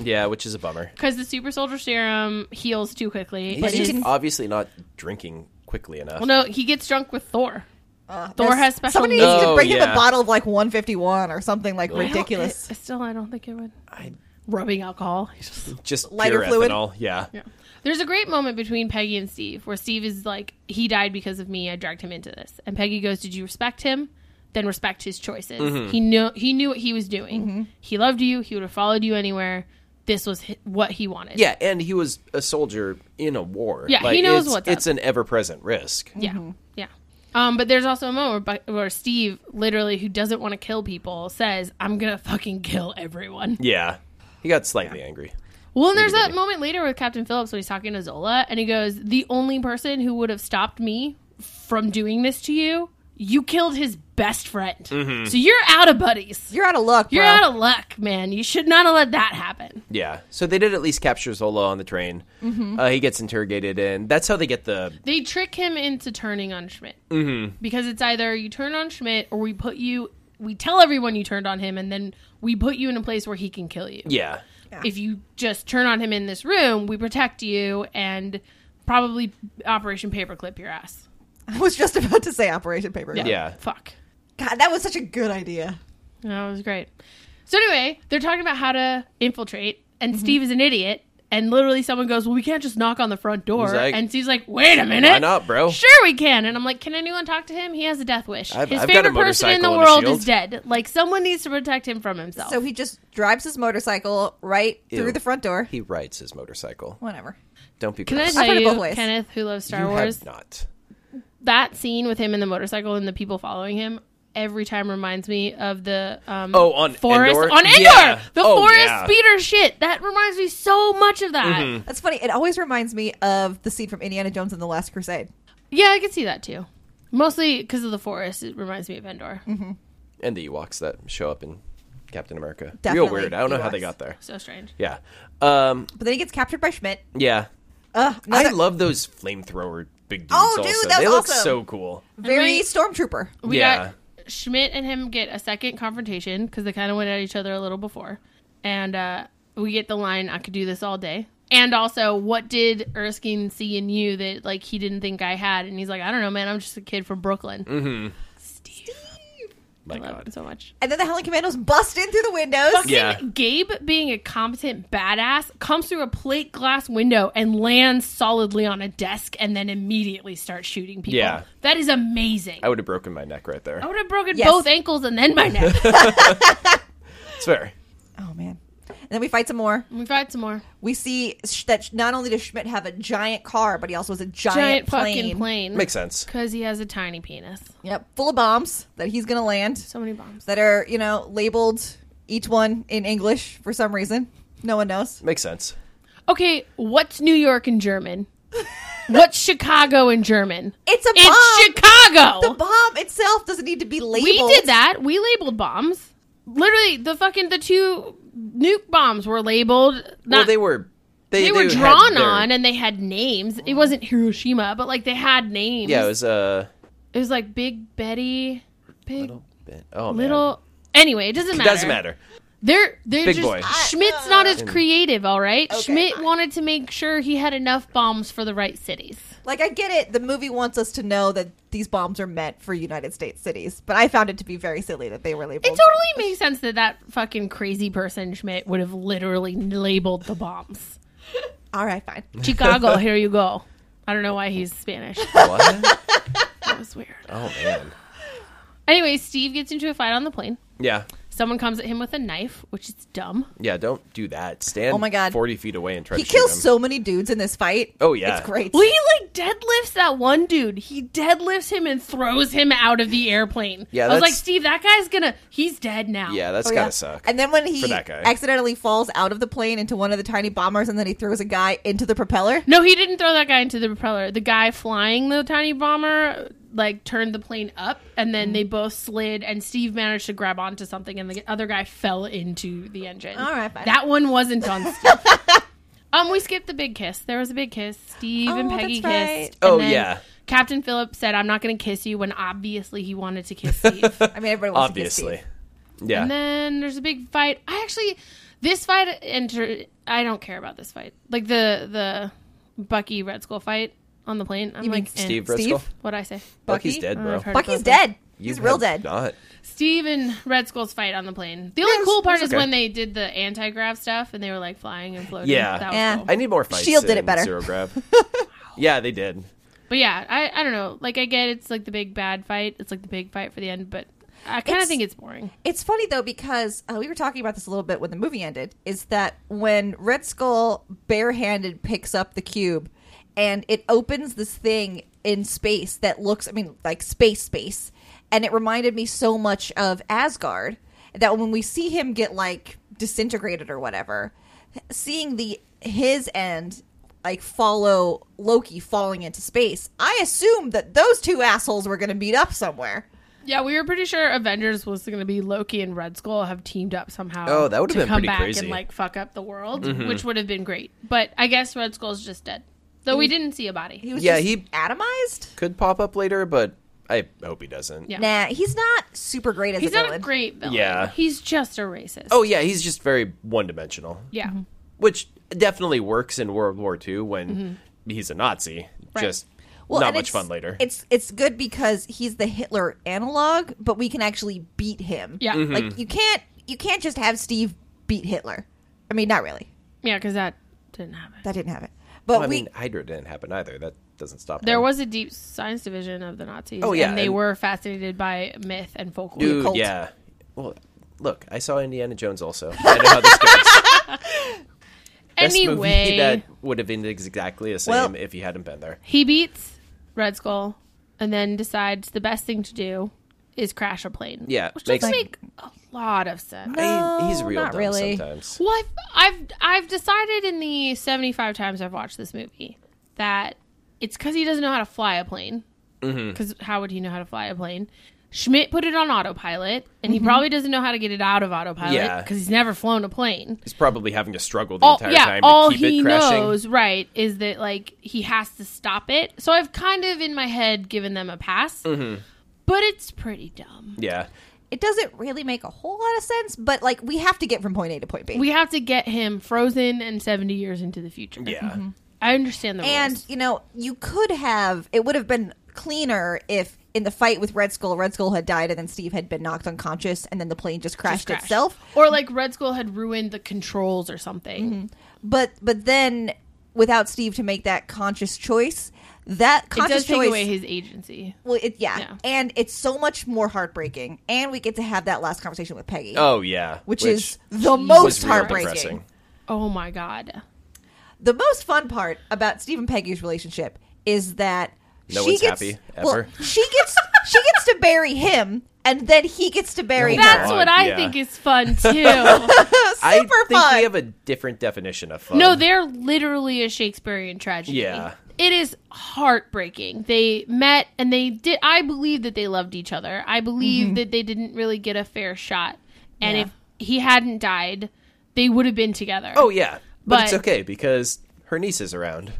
[SPEAKER 2] yeah, which is a bummer.
[SPEAKER 3] because the super soldier serum heals too quickly.
[SPEAKER 2] He's
[SPEAKER 3] It
[SPEAKER 2] just
[SPEAKER 3] is-
[SPEAKER 2] obviously not drinking quickly enough.
[SPEAKER 3] well, no, he gets drunk with Thor.
[SPEAKER 4] Uh,
[SPEAKER 3] Thor
[SPEAKER 4] there's-
[SPEAKER 3] has special
[SPEAKER 4] Somebody
[SPEAKER 3] needs.
[SPEAKER 4] needs to
[SPEAKER 2] Oh,
[SPEAKER 4] bring him
[SPEAKER 2] yeah.
[SPEAKER 4] a bottle of like 151 or something like
[SPEAKER 3] I don't-
[SPEAKER 4] ridiculous.
[SPEAKER 3] I- I still, I don't think it would.
[SPEAKER 2] I-
[SPEAKER 3] Rubbing alcohol. He's just-
[SPEAKER 2] Just
[SPEAKER 4] Lighter
[SPEAKER 2] pure
[SPEAKER 4] fluid?
[SPEAKER 2] ethanol. Yeah.
[SPEAKER 3] yeah. There's a great moment between Peggy and Steve where Steve is like, he died because of me. I dragged him into this. And Peggy goes, Did you respect him? Then respect his choices. He knew he knew what he was doing. He loved you. He would have followed you anywhere. This was hi- what he wanted.
[SPEAKER 2] Yeah, and he was a soldier in a war.
[SPEAKER 3] Yeah, he knows
[SPEAKER 2] it's,
[SPEAKER 3] what's
[SPEAKER 2] It's an ever-present risk.
[SPEAKER 3] Yeah. Yeah. Um, but there's also a moment where, Bu- where Steve, literally, who doesn't want to kill people, says, I'm going to fucking kill everyone.
[SPEAKER 2] Yeah, he got slightly angry.
[SPEAKER 3] Well, and there's
[SPEAKER 2] Maybe
[SPEAKER 3] that moment later with Captain Phillips when he's talking to Zola, and he goes, "The only person who would have stopped me from doing this to you, you killed his best friend. So you're out of buddies.
[SPEAKER 4] You're out of luck, bro.
[SPEAKER 3] You're out of luck, man. You should not have let that happen."
[SPEAKER 2] Yeah, so they did at least capture Zola on the train.
[SPEAKER 3] Mm-hmm.
[SPEAKER 2] Uh, he gets interrogated, and that's how they get the
[SPEAKER 3] They trick him into turning on Schmidt
[SPEAKER 2] Mm-hmm.
[SPEAKER 3] because it's either you turn on Schmidt or we put you. We tell everyone you turned on him, and then we put you in a place where he can kill you.
[SPEAKER 2] yeah.
[SPEAKER 3] if you just turn on him in this room, we protect you and probably Operation Paperclip your ass.
[SPEAKER 4] I was just about to say Operation Paper.
[SPEAKER 2] Yeah.
[SPEAKER 3] Fuck.
[SPEAKER 4] God, that was such a good idea.
[SPEAKER 3] That was great. So anyway, they're talking about how to infiltrate,
[SPEAKER 2] Mm-hmm.
[SPEAKER 3] and Steve is an idiot. And literally, someone goes, "Well, we can't just knock on the front door."
[SPEAKER 2] He's like,
[SPEAKER 3] and Steve's like, "Wait a minute,
[SPEAKER 2] not, bro?"
[SPEAKER 3] Sure, we can." And I'm like, "Can anyone talk to him? He has a death wish.
[SPEAKER 2] I've-
[SPEAKER 3] His
[SPEAKER 2] I've got a
[SPEAKER 3] favorite person in the
[SPEAKER 2] motorcycle and a
[SPEAKER 3] world
[SPEAKER 2] shield.
[SPEAKER 3] is dead. Like, someone needs to protect him from himself."
[SPEAKER 4] So he just drives his motorcycle right
[SPEAKER 2] Ew.
[SPEAKER 4] through the front door.
[SPEAKER 2] He rides his motorcycle.
[SPEAKER 4] Whatever.
[SPEAKER 2] Don't be
[SPEAKER 3] can I
[SPEAKER 2] gross.
[SPEAKER 4] I've
[SPEAKER 3] tell
[SPEAKER 4] heard it
[SPEAKER 3] you,
[SPEAKER 4] both ways.
[SPEAKER 3] Kenneth, who loves Star
[SPEAKER 2] you
[SPEAKER 3] Wars,
[SPEAKER 2] have not.
[SPEAKER 3] that scene with him in the motorcycle and the people following him every time reminds me of the um
[SPEAKER 2] Oh, on
[SPEAKER 3] forest
[SPEAKER 2] Endor?
[SPEAKER 3] on Endor
[SPEAKER 2] Yeah.
[SPEAKER 3] the
[SPEAKER 2] Oh,
[SPEAKER 3] forest
[SPEAKER 2] yeah. Mm-hmm.
[SPEAKER 3] speeder shit that reminds me so much of that
[SPEAKER 4] That's funny. It always reminds me of the scene from Indiana Jones and the Last Crusade.
[SPEAKER 3] yeah I can see that too mostly because of the forest it reminds me of Endor
[SPEAKER 2] And the Ewoks that show up in Captain America.
[SPEAKER 4] Definitely
[SPEAKER 2] Real weird. I don't know how they
[SPEAKER 4] Ewoks.
[SPEAKER 2] got there.
[SPEAKER 3] so strange
[SPEAKER 2] Yeah. Um,
[SPEAKER 4] But then he gets captured by Schmidt.
[SPEAKER 2] yeah.
[SPEAKER 4] Ugh,
[SPEAKER 2] I
[SPEAKER 4] another
[SPEAKER 2] love those flamethrower big dudes.
[SPEAKER 4] Oh, dude,
[SPEAKER 2] also.
[SPEAKER 4] that was
[SPEAKER 2] they look
[SPEAKER 4] awesome.
[SPEAKER 2] so cool.
[SPEAKER 4] very
[SPEAKER 3] we-
[SPEAKER 4] stormtrooper.
[SPEAKER 3] we
[SPEAKER 2] Yeah.
[SPEAKER 3] got Schmidt and him get a second confrontation because they kind of went at each other a little before, and uh, we get the line "I could do this all day." And also, what did Erskine see in you that like he didn't think I had? And he's like, "I don't know, man. I'm just a kid from Brooklyn." Mm-hmm. Steve,
[SPEAKER 2] My
[SPEAKER 3] I love him
[SPEAKER 2] God.
[SPEAKER 3] so much.
[SPEAKER 4] And then the Helen Commandos bust in through the windows.
[SPEAKER 2] Yeah.
[SPEAKER 3] Gabe, being a competent badass, comes through a plate glass window and lands solidly on a desk, and then immediately starts shooting people.
[SPEAKER 2] Yeah.
[SPEAKER 3] that is amazing.
[SPEAKER 2] I would have broken my neck right there.
[SPEAKER 3] I would have broken
[SPEAKER 4] Yes.
[SPEAKER 3] both ankles and then my neck.
[SPEAKER 2] It's fair.
[SPEAKER 4] Oh man. And then we fight some more.
[SPEAKER 3] we fight some more.
[SPEAKER 4] We see sh- that sh- not only does Schmidt have a giant car, but he also has a giant,
[SPEAKER 3] giant,
[SPEAKER 4] plane.
[SPEAKER 3] fucking plane.
[SPEAKER 2] Makes sense.
[SPEAKER 3] Because he has a tiny penis.
[SPEAKER 4] Yep, full of bombs that he's gonna land.
[SPEAKER 3] So many bombs.
[SPEAKER 4] That are you know labeled each one in English for some reason. No one knows.
[SPEAKER 2] Makes sense.
[SPEAKER 3] Okay, what's New York in German? What's Chicago in German?
[SPEAKER 4] It's a
[SPEAKER 3] It's Chicago.
[SPEAKER 4] The bomb itself doesn't need to be labeled.
[SPEAKER 3] we did that. We labeled bombs. Literally, the fucking the two nuke bombs were labeled. Not,
[SPEAKER 2] well, they were they,
[SPEAKER 3] they, were
[SPEAKER 2] had
[SPEAKER 3] drawn
[SPEAKER 2] their-
[SPEAKER 3] on, and they had names. It wasn't Hiroshima, but like they had names.
[SPEAKER 2] Yeah, it was uh,
[SPEAKER 3] It was like Big Betty, Big Little.
[SPEAKER 2] oh man.
[SPEAKER 3] Anyway, it doesn't matter.
[SPEAKER 2] Doesn't matter.
[SPEAKER 3] They're they're
[SPEAKER 2] Big
[SPEAKER 3] just
[SPEAKER 2] boy.
[SPEAKER 3] Schmidt's not as creative. All right, Schmidt wanted to make sure he had enough bombs for the right cities.
[SPEAKER 4] Like I get it. The movie wants us to know that these bombs are meant for United States cities, but I found it to be very silly that they were labeled.
[SPEAKER 3] It totally makes sense that that fucking crazy person Schmidt would have literally labeled the bombs.
[SPEAKER 4] All right, fine.
[SPEAKER 3] Chicago, here you go. I don't know why he's Spanish.
[SPEAKER 2] What?
[SPEAKER 3] That was weird.
[SPEAKER 2] oh man.
[SPEAKER 3] Anyway, Steve gets into a fight on the plane.
[SPEAKER 2] Yeah.
[SPEAKER 3] Someone comes at him with a knife, which is dumb.
[SPEAKER 2] Yeah, don't do that. Stand
[SPEAKER 4] Oh my God.
[SPEAKER 2] 40 feet away and try
[SPEAKER 4] He
[SPEAKER 2] to shoot
[SPEAKER 4] kills
[SPEAKER 2] him.
[SPEAKER 4] so many dudes in this fight.
[SPEAKER 2] Oh, yeah.
[SPEAKER 4] it's great.
[SPEAKER 3] Well, he like deadlifts that one dude. He deadlifts him and throws him out of the airplane.
[SPEAKER 2] Yeah,
[SPEAKER 3] I was
[SPEAKER 2] that's-
[SPEAKER 3] like, Steve, that guy's gonna. He's dead now.
[SPEAKER 2] yeah, that's
[SPEAKER 4] Oh,
[SPEAKER 2] gotta
[SPEAKER 4] yeah.
[SPEAKER 2] suck.
[SPEAKER 4] And then when
[SPEAKER 2] For
[SPEAKER 4] he
[SPEAKER 2] that guy.
[SPEAKER 4] accidentally falls out of the plane into one of the tiny bombers, and then he throws a guy into the propeller.
[SPEAKER 3] No, he didn't throw that guy into the propeller. The guy flying the tiny bomber like turned the plane up, and
[SPEAKER 2] Mm.
[SPEAKER 3] then they both slid, and Steve managed to grab onto something, and the other guy fell into the engine.
[SPEAKER 4] All right, fine.
[SPEAKER 3] that one wasn't on Steve. um, we skipped the big kiss. There was a big kiss. Steve and
[SPEAKER 4] Oh,
[SPEAKER 3] Peggy kissed.
[SPEAKER 4] that's right.
[SPEAKER 3] and
[SPEAKER 2] Oh,
[SPEAKER 3] then
[SPEAKER 2] yeah.
[SPEAKER 3] Captain Phillips said, "I'm not going to kiss you," when obviously he wanted to kiss Steve.
[SPEAKER 4] I mean, everybody wants to
[SPEAKER 2] Obviously.
[SPEAKER 4] kiss
[SPEAKER 2] Yeah.
[SPEAKER 3] And then there's a big fight. I actually, this fight enter. I don't care about this fight. Like the the Bucky Red Skull fight on the plane. I'm
[SPEAKER 4] You mean
[SPEAKER 3] like, eh.
[SPEAKER 2] Steve
[SPEAKER 4] Steve?
[SPEAKER 2] Briscoe.
[SPEAKER 3] what I say.
[SPEAKER 2] Bucky's
[SPEAKER 4] Bucky?
[SPEAKER 2] dead,
[SPEAKER 3] Oh,
[SPEAKER 2] bro.
[SPEAKER 3] I've heard-
[SPEAKER 4] Bucky's dead.
[SPEAKER 2] You
[SPEAKER 4] He's real
[SPEAKER 2] have
[SPEAKER 4] dead.
[SPEAKER 2] Not.
[SPEAKER 3] Steve and Red Skull's fight on the plane. The only
[SPEAKER 4] it was-
[SPEAKER 3] cool part
[SPEAKER 2] it was
[SPEAKER 3] is
[SPEAKER 2] okay.
[SPEAKER 3] when they did the anti grav stuff and they were like flying and floating.
[SPEAKER 2] Yeah.
[SPEAKER 3] That was
[SPEAKER 4] Yeah.
[SPEAKER 3] cool.
[SPEAKER 2] I need more fights.
[SPEAKER 4] Shield did
[SPEAKER 2] in
[SPEAKER 4] it better.
[SPEAKER 2] Zero grab. yeah, they did.
[SPEAKER 3] But yeah, I I don't know. Like I get it's like the big bad fight. It's like the big fight for the end, but. I kind of
[SPEAKER 4] It's-
[SPEAKER 3] think it's boring.
[SPEAKER 4] It's funny though because uh, we were talking about this a little bit when the movie ended. Is that when Red Skull barehanded picks up the cube, and it opens this thing in space that looks, I mean, like space space, and it reminded me so much of Asgard that when we see him get like disintegrated or whatever, seeing the his end like follow Loki falling into space, I assumed that those two assholes were going to meet up somewhere.
[SPEAKER 3] Yeah, we were pretty sure Avengers was going to be Loki and Red Skull have teamed up somehow.
[SPEAKER 2] Oh, that would've
[SPEAKER 3] to
[SPEAKER 2] been
[SPEAKER 3] come
[SPEAKER 2] pretty
[SPEAKER 3] back
[SPEAKER 2] crazy. Mm-hmm.
[SPEAKER 3] and like fuck up the world, which would have been great. But I guess Red Skull's just dead, though we didn't see a body.
[SPEAKER 4] He was
[SPEAKER 2] Yeah,
[SPEAKER 4] just
[SPEAKER 2] he-
[SPEAKER 4] atomized.
[SPEAKER 2] Could pop up later, but I hope he doesn't.
[SPEAKER 3] Yeah.
[SPEAKER 4] Nah, he's not super great as
[SPEAKER 3] He's
[SPEAKER 4] a
[SPEAKER 3] not
[SPEAKER 4] villain.
[SPEAKER 3] a great villain.
[SPEAKER 2] Yeah.
[SPEAKER 3] he's just a racist.
[SPEAKER 2] Oh, yeah, he's just very one dimensional,
[SPEAKER 3] yeah,
[SPEAKER 4] Mm-hmm.
[SPEAKER 2] which definitely works in World War II when he's a Nazi.
[SPEAKER 3] Right.
[SPEAKER 2] Just
[SPEAKER 4] Well,
[SPEAKER 2] not
[SPEAKER 4] and
[SPEAKER 2] much
[SPEAKER 4] it's-
[SPEAKER 2] fun later.
[SPEAKER 4] It's it's good because he's the Hitler analog, but we can actually beat him.
[SPEAKER 3] Yeah.
[SPEAKER 2] Mm-hmm.
[SPEAKER 3] Mhm.
[SPEAKER 4] like you can't you can't just have Steve beat Hitler. I mean, not really.
[SPEAKER 3] yeah, because that didn't happen.
[SPEAKER 4] That didn't happen. But
[SPEAKER 2] Well, I
[SPEAKER 4] we
[SPEAKER 2] mean, Hydra didn't happen either. That doesn't stop.
[SPEAKER 3] There
[SPEAKER 2] him.
[SPEAKER 3] was a deep science division of the Nazis.
[SPEAKER 2] Oh, yeah,
[SPEAKER 3] and they
[SPEAKER 2] and-
[SPEAKER 3] were fascinated by myth and folklore.
[SPEAKER 2] Dude,
[SPEAKER 4] cult.
[SPEAKER 2] yeah. Well, look, I saw Indiana Jones also. I know how this goes. Best movie
[SPEAKER 3] anyway,
[SPEAKER 2] that would have been exactly the same
[SPEAKER 4] Well-
[SPEAKER 2] if he hadn't been there.
[SPEAKER 3] he beats Red Skull, and then decides the best thing to do is crash a plane.
[SPEAKER 2] Yeah,
[SPEAKER 3] which doesn't
[SPEAKER 2] makes-
[SPEAKER 3] make a lot of sense.
[SPEAKER 2] I- he's
[SPEAKER 4] No,
[SPEAKER 2] real
[SPEAKER 4] not
[SPEAKER 2] dumb
[SPEAKER 4] really.
[SPEAKER 2] sometimes.
[SPEAKER 3] Well, I've, I've I've decided in the seventy five times I've watched this movie that it's because he doesn't know how to fly a plane.
[SPEAKER 2] Mm-hmm.
[SPEAKER 3] Because how would he know how to fly a plane? Schmidt put it on autopilot, and he probably doesn't know how to get it out of autopilot
[SPEAKER 2] Yeah.
[SPEAKER 3] because he's never flown a plane.
[SPEAKER 2] He's probably having to struggle the
[SPEAKER 3] All,
[SPEAKER 2] entire
[SPEAKER 3] yeah,
[SPEAKER 2] time
[SPEAKER 3] all
[SPEAKER 2] to keep
[SPEAKER 3] he
[SPEAKER 2] it crashing.
[SPEAKER 3] knows, right, is that like he has to stop it. So I've kind of in my head given them a pass,
[SPEAKER 2] Mm-hmm.
[SPEAKER 3] but it's pretty dumb.
[SPEAKER 2] Yeah.
[SPEAKER 4] it doesn't really make a whole lot of sense. But like we have to get from point A to point B.
[SPEAKER 3] We have to get him frozen and seventy years into the future.
[SPEAKER 2] Yeah.
[SPEAKER 3] I understand the
[SPEAKER 4] and
[SPEAKER 3] rules.
[SPEAKER 4] you know you could have it would have been cleaner if in the fight with Red Skull, Red Skull had died and then Steve had been knocked unconscious and then the plane just crashed
[SPEAKER 3] crashed.
[SPEAKER 4] itself. Mm-hmm.
[SPEAKER 3] Or like Red Skull had ruined the controls or something.
[SPEAKER 4] but but then without Steve to make that conscious choice, that
[SPEAKER 3] It
[SPEAKER 4] conscious
[SPEAKER 3] does take
[SPEAKER 4] choice,
[SPEAKER 3] away his agency.
[SPEAKER 4] well, it, yeah.
[SPEAKER 3] Yeah.
[SPEAKER 4] and it's so much more heartbreaking. And we get to have that last conversation with Peggy,
[SPEAKER 2] Oh, yeah.
[SPEAKER 4] which, is the most
[SPEAKER 2] real
[SPEAKER 4] heartbreaking.
[SPEAKER 2] depressing.
[SPEAKER 3] Oh my god.
[SPEAKER 4] The most fun part about Steve and Peggy's relationship is that
[SPEAKER 2] No
[SPEAKER 4] she
[SPEAKER 2] one's
[SPEAKER 4] gets
[SPEAKER 2] happy,
[SPEAKER 4] well,
[SPEAKER 2] ever.
[SPEAKER 4] she gets she gets to bury him, and then he gets to bury
[SPEAKER 3] That's
[SPEAKER 4] her.
[SPEAKER 2] God,
[SPEAKER 3] what I
[SPEAKER 2] yeah.
[SPEAKER 3] think is fun too.
[SPEAKER 2] I think
[SPEAKER 4] fun.
[SPEAKER 2] we have a different definition of fun.
[SPEAKER 3] no, they're literally a Shakespearean tragedy.
[SPEAKER 2] Yeah.
[SPEAKER 3] it is heartbreaking. They met and they did. I believe that they loved each other. I believe that they didn't really get a fair shot. And
[SPEAKER 4] Mm-hmm. Yeah.
[SPEAKER 3] if he hadn't died, they would have been together.
[SPEAKER 2] Oh yeah, but, it's
[SPEAKER 3] But- Oh,
[SPEAKER 2] okay because her niece is around.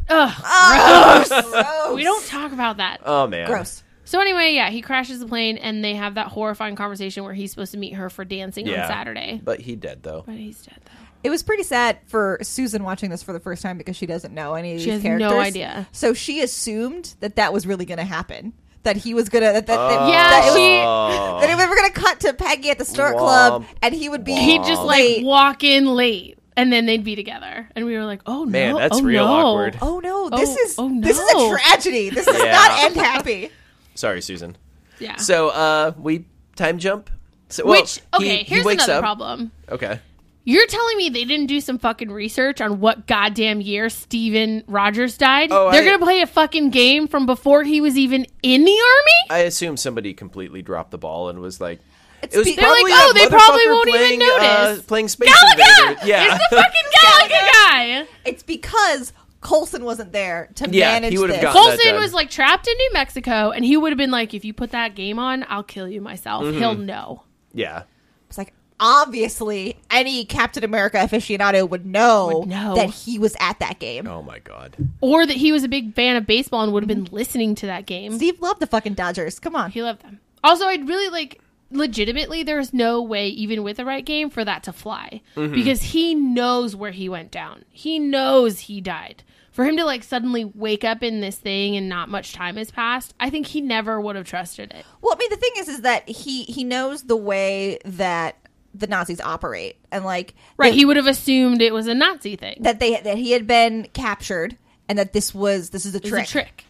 [SPEAKER 4] Gross.
[SPEAKER 3] we don't talk about that.
[SPEAKER 2] Oh man,
[SPEAKER 4] Gross.
[SPEAKER 3] So anyway, yeah, he crashes the plane and they have that horrifying conversation where he's supposed to meet her for dancing
[SPEAKER 2] Yeah.
[SPEAKER 3] on Saturday.
[SPEAKER 2] But he dead though.
[SPEAKER 3] But he's dead though.
[SPEAKER 4] It was pretty sad for Susan watching this for the first time because she doesn't know any of
[SPEAKER 3] She
[SPEAKER 4] these
[SPEAKER 3] has no
[SPEAKER 4] characters.
[SPEAKER 3] idea.
[SPEAKER 4] So she assumed that that was really going to happen. That he was gonna that, that,
[SPEAKER 2] Oh.
[SPEAKER 4] that,
[SPEAKER 3] Yeah,
[SPEAKER 4] that it was-
[SPEAKER 3] she
[SPEAKER 4] that it- we were gonna cut to Peggy at the strip
[SPEAKER 2] Womp.
[SPEAKER 4] club, and he would be
[SPEAKER 3] he'd just like
[SPEAKER 4] late.
[SPEAKER 3] walk in late and then they'd be together. And we were like, Oh no.
[SPEAKER 2] Man, that's
[SPEAKER 3] oh,
[SPEAKER 2] real
[SPEAKER 3] no.
[SPEAKER 2] awkward.
[SPEAKER 4] oh no, this
[SPEAKER 3] Oh,
[SPEAKER 4] is
[SPEAKER 3] oh,
[SPEAKER 4] this is
[SPEAKER 3] no.
[SPEAKER 4] a tragedy. This does
[SPEAKER 2] Yeah.
[SPEAKER 4] not end happy.
[SPEAKER 2] Sorry, Susan.
[SPEAKER 3] Yeah.
[SPEAKER 2] So uh, we time jump. So, well,
[SPEAKER 3] Ah. Which
[SPEAKER 2] he-
[SPEAKER 3] okay,
[SPEAKER 2] he
[SPEAKER 3] here's
[SPEAKER 2] wakes
[SPEAKER 3] another
[SPEAKER 2] up.
[SPEAKER 3] problem.
[SPEAKER 2] Okay.
[SPEAKER 3] You're telling me they didn't do some fucking research on what goddamn year Steven Rogers died?
[SPEAKER 2] Oh,
[SPEAKER 3] They're
[SPEAKER 2] I-
[SPEAKER 3] gonna play a fucking game from before he was even in the army?
[SPEAKER 2] I assume somebody completely dropped the ball and was like,
[SPEAKER 4] It's
[SPEAKER 2] it was
[SPEAKER 4] be- They're
[SPEAKER 3] like,
[SPEAKER 2] probably
[SPEAKER 3] "Oh,
[SPEAKER 2] that
[SPEAKER 3] they probably
[SPEAKER 2] motherfucker
[SPEAKER 3] won't even
[SPEAKER 2] playing,
[SPEAKER 3] notice."
[SPEAKER 2] Uh, playing Space Invaders. Yeah.
[SPEAKER 3] Oh It's the fucking Galaga guy.
[SPEAKER 4] It's because Colson wasn't there to
[SPEAKER 2] Yeah, he
[SPEAKER 4] manage.
[SPEAKER 2] would have
[SPEAKER 4] this.
[SPEAKER 2] gotten- that
[SPEAKER 3] Colson
[SPEAKER 2] done.
[SPEAKER 3] was like trapped in New Mexico, and he would have been like, "If you put that game on, I'll kill you myself." He'll know.
[SPEAKER 2] yeah.
[SPEAKER 4] It's like obviously any Captain America aficionado would know,
[SPEAKER 3] Would know.
[SPEAKER 4] that he was at that game.
[SPEAKER 2] Oh my god.
[SPEAKER 3] Or that he was a big fan of baseball and would have been listening to that game.
[SPEAKER 4] Steve loved the fucking Dodgers. Come on.
[SPEAKER 3] He loved them. Also, I'd really like. Legitimately, there's no way, even with the right game, for that to fly because he knows where he went down. He knows he died. For him to like suddenly wake up in this thing and not much time has passed, I think he never would have trusted it.
[SPEAKER 4] Well, I mean, the thing is, is that he he knows the way that the Nazis operate, and like
[SPEAKER 3] Right?
[SPEAKER 4] that-
[SPEAKER 3] He would have assumed it was a Nazi thing.
[SPEAKER 4] that they that he had been captured, and that this was this is a
[SPEAKER 3] it was
[SPEAKER 4] trick.
[SPEAKER 3] a trick.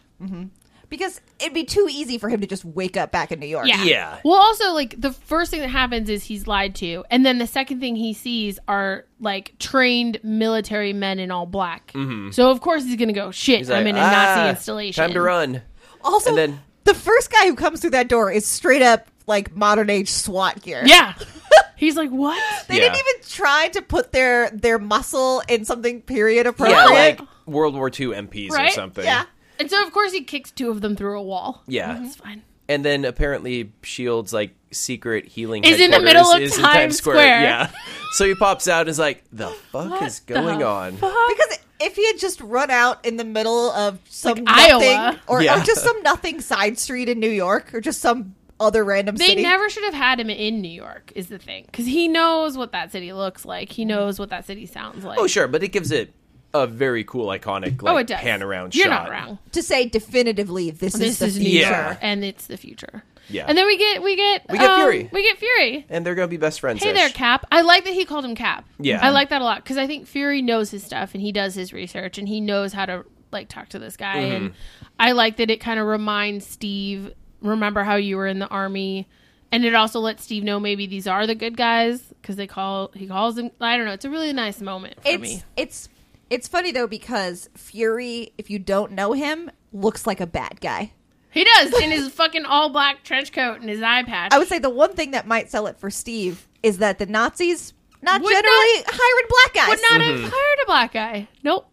[SPEAKER 4] because it'd be too easy for him to just wake up back in New York.
[SPEAKER 3] Yeah.
[SPEAKER 2] Yeah.
[SPEAKER 3] Well, also like the first thing that happens is he's lied to, and then the second thing he sees are like trained military men in all black. So of course he's gonna go shit.
[SPEAKER 2] Mm-hmm. He's
[SPEAKER 3] I'm
[SPEAKER 2] like,
[SPEAKER 3] in a
[SPEAKER 2] "Ah,
[SPEAKER 3] Nazi installation.
[SPEAKER 2] Time to run.
[SPEAKER 4] Also,
[SPEAKER 2] And then-
[SPEAKER 4] the first guy who comes through that door is straight up like modern age SWAT gear.
[SPEAKER 3] Yeah. he's like, what?
[SPEAKER 4] They
[SPEAKER 2] Yeah.
[SPEAKER 4] didn't even try to put their their muscle in something period appropriate.
[SPEAKER 2] Yeah, like World War II MPs or
[SPEAKER 3] Right?
[SPEAKER 2] something.
[SPEAKER 4] Yeah.
[SPEAKER 3] And so of course he kicks two of them through a wall.
[SPEAKER 2] Yeah. Mhm.
[SPEAKER 3] It's fine.
[SPEAKER 2] And then apparently Shield's like secret healing
[SPEAKER 3] Is in the
[SPEAKER 2] headquarters
[SPEAKER 3] middle of
[SPEAKER 2] is in
[SPEAKER 3] Times
[SPEAKER 2] Times Square.
[SPEAKER 3] Square.
[SPEAKER 2] Yeah. So he pops out and is like, "The fuck is
[SPEAKER 3] the
[SPEAKER 2] going on?"
[SPEAKER 4] Because if he had just run out in the middle of some
[SPEAKER 3] Like
[SPEAKER 4] nothing,
[SPEAKER 3] Iowa.
[SPEAKER 4] Or,
[SPEAKER 2] Yeah.
[SPEAKER 4] or just some nothing side street in New York, or just some other random
[SPEAKER 3] They
[SPEAKER 4] city,
[SPEAKER 3] never should have had him in New York is the thing because he knows what that city looks like. He knows what that city sounds like.
[SPEAKER 2] Oh sure, but it gives it a very cool iconic like
[SPEAKER 3] Oh, it does.
[SPEAKER 2] pan around
[SPEAKER 3] You're
[SPEAKER 2] shot.
[SPEAKER 3] not wrong.
[SPEAKER 4] to say definitively this, is
[SPEAKER 3] This
[SPEAKER 4] the
[SPEAKER 3] is New
[SPEAKER 4] future.
[SPEAKER 2] Yeah.
[SPEAKER 3] York, and it's the future.
[SPEAKER 2] Yeah.
[SPEAKER 3] And then we get we get
[SPEAKER 2] We get
[SPEAKER 3] um,
[SPEAKER 2] Fury.
[SPEAKER 3] We get Fury.
[SPEAKER 2] And they're going to be best friends.
[SPEAKER 3] Hey there, Cap. I like that he called him Cap.
[SPEAKER 2] Yeah.
[SPEAKER 3] I like that a lot because I think Fury knows his stuff and he does his research and he knows how to like talk to this guy. And
[SPEAKER 2] Mm-hmm.
[SPEAKER 3] I like that it kind of reminds Steve, remember how you were in the army, and it also lets Steve know maybe these are the good guys because they call he calls him. I don't know. It's a really nice moment for
[SPEAKER 4] It's
[SPEAKER 3] me.
[SPEAKER 4] it's it's funny though because Fury, if you don't know him, looks like a bad guy.
[SPEAKER 3] He does in his fucking all black trench coat and his eye patch.
[SPEAKER 4] I would say the one thing that might sell it for Steve is that the Nazis not
[SPEAKER 3] Would
[SPEAKER 4] generally hiring black guys.
[SPEAKER 3] would not
[SPEAKER 2] Mm-hmm.
[SPEAKER 3] have hired a black guy. Nope.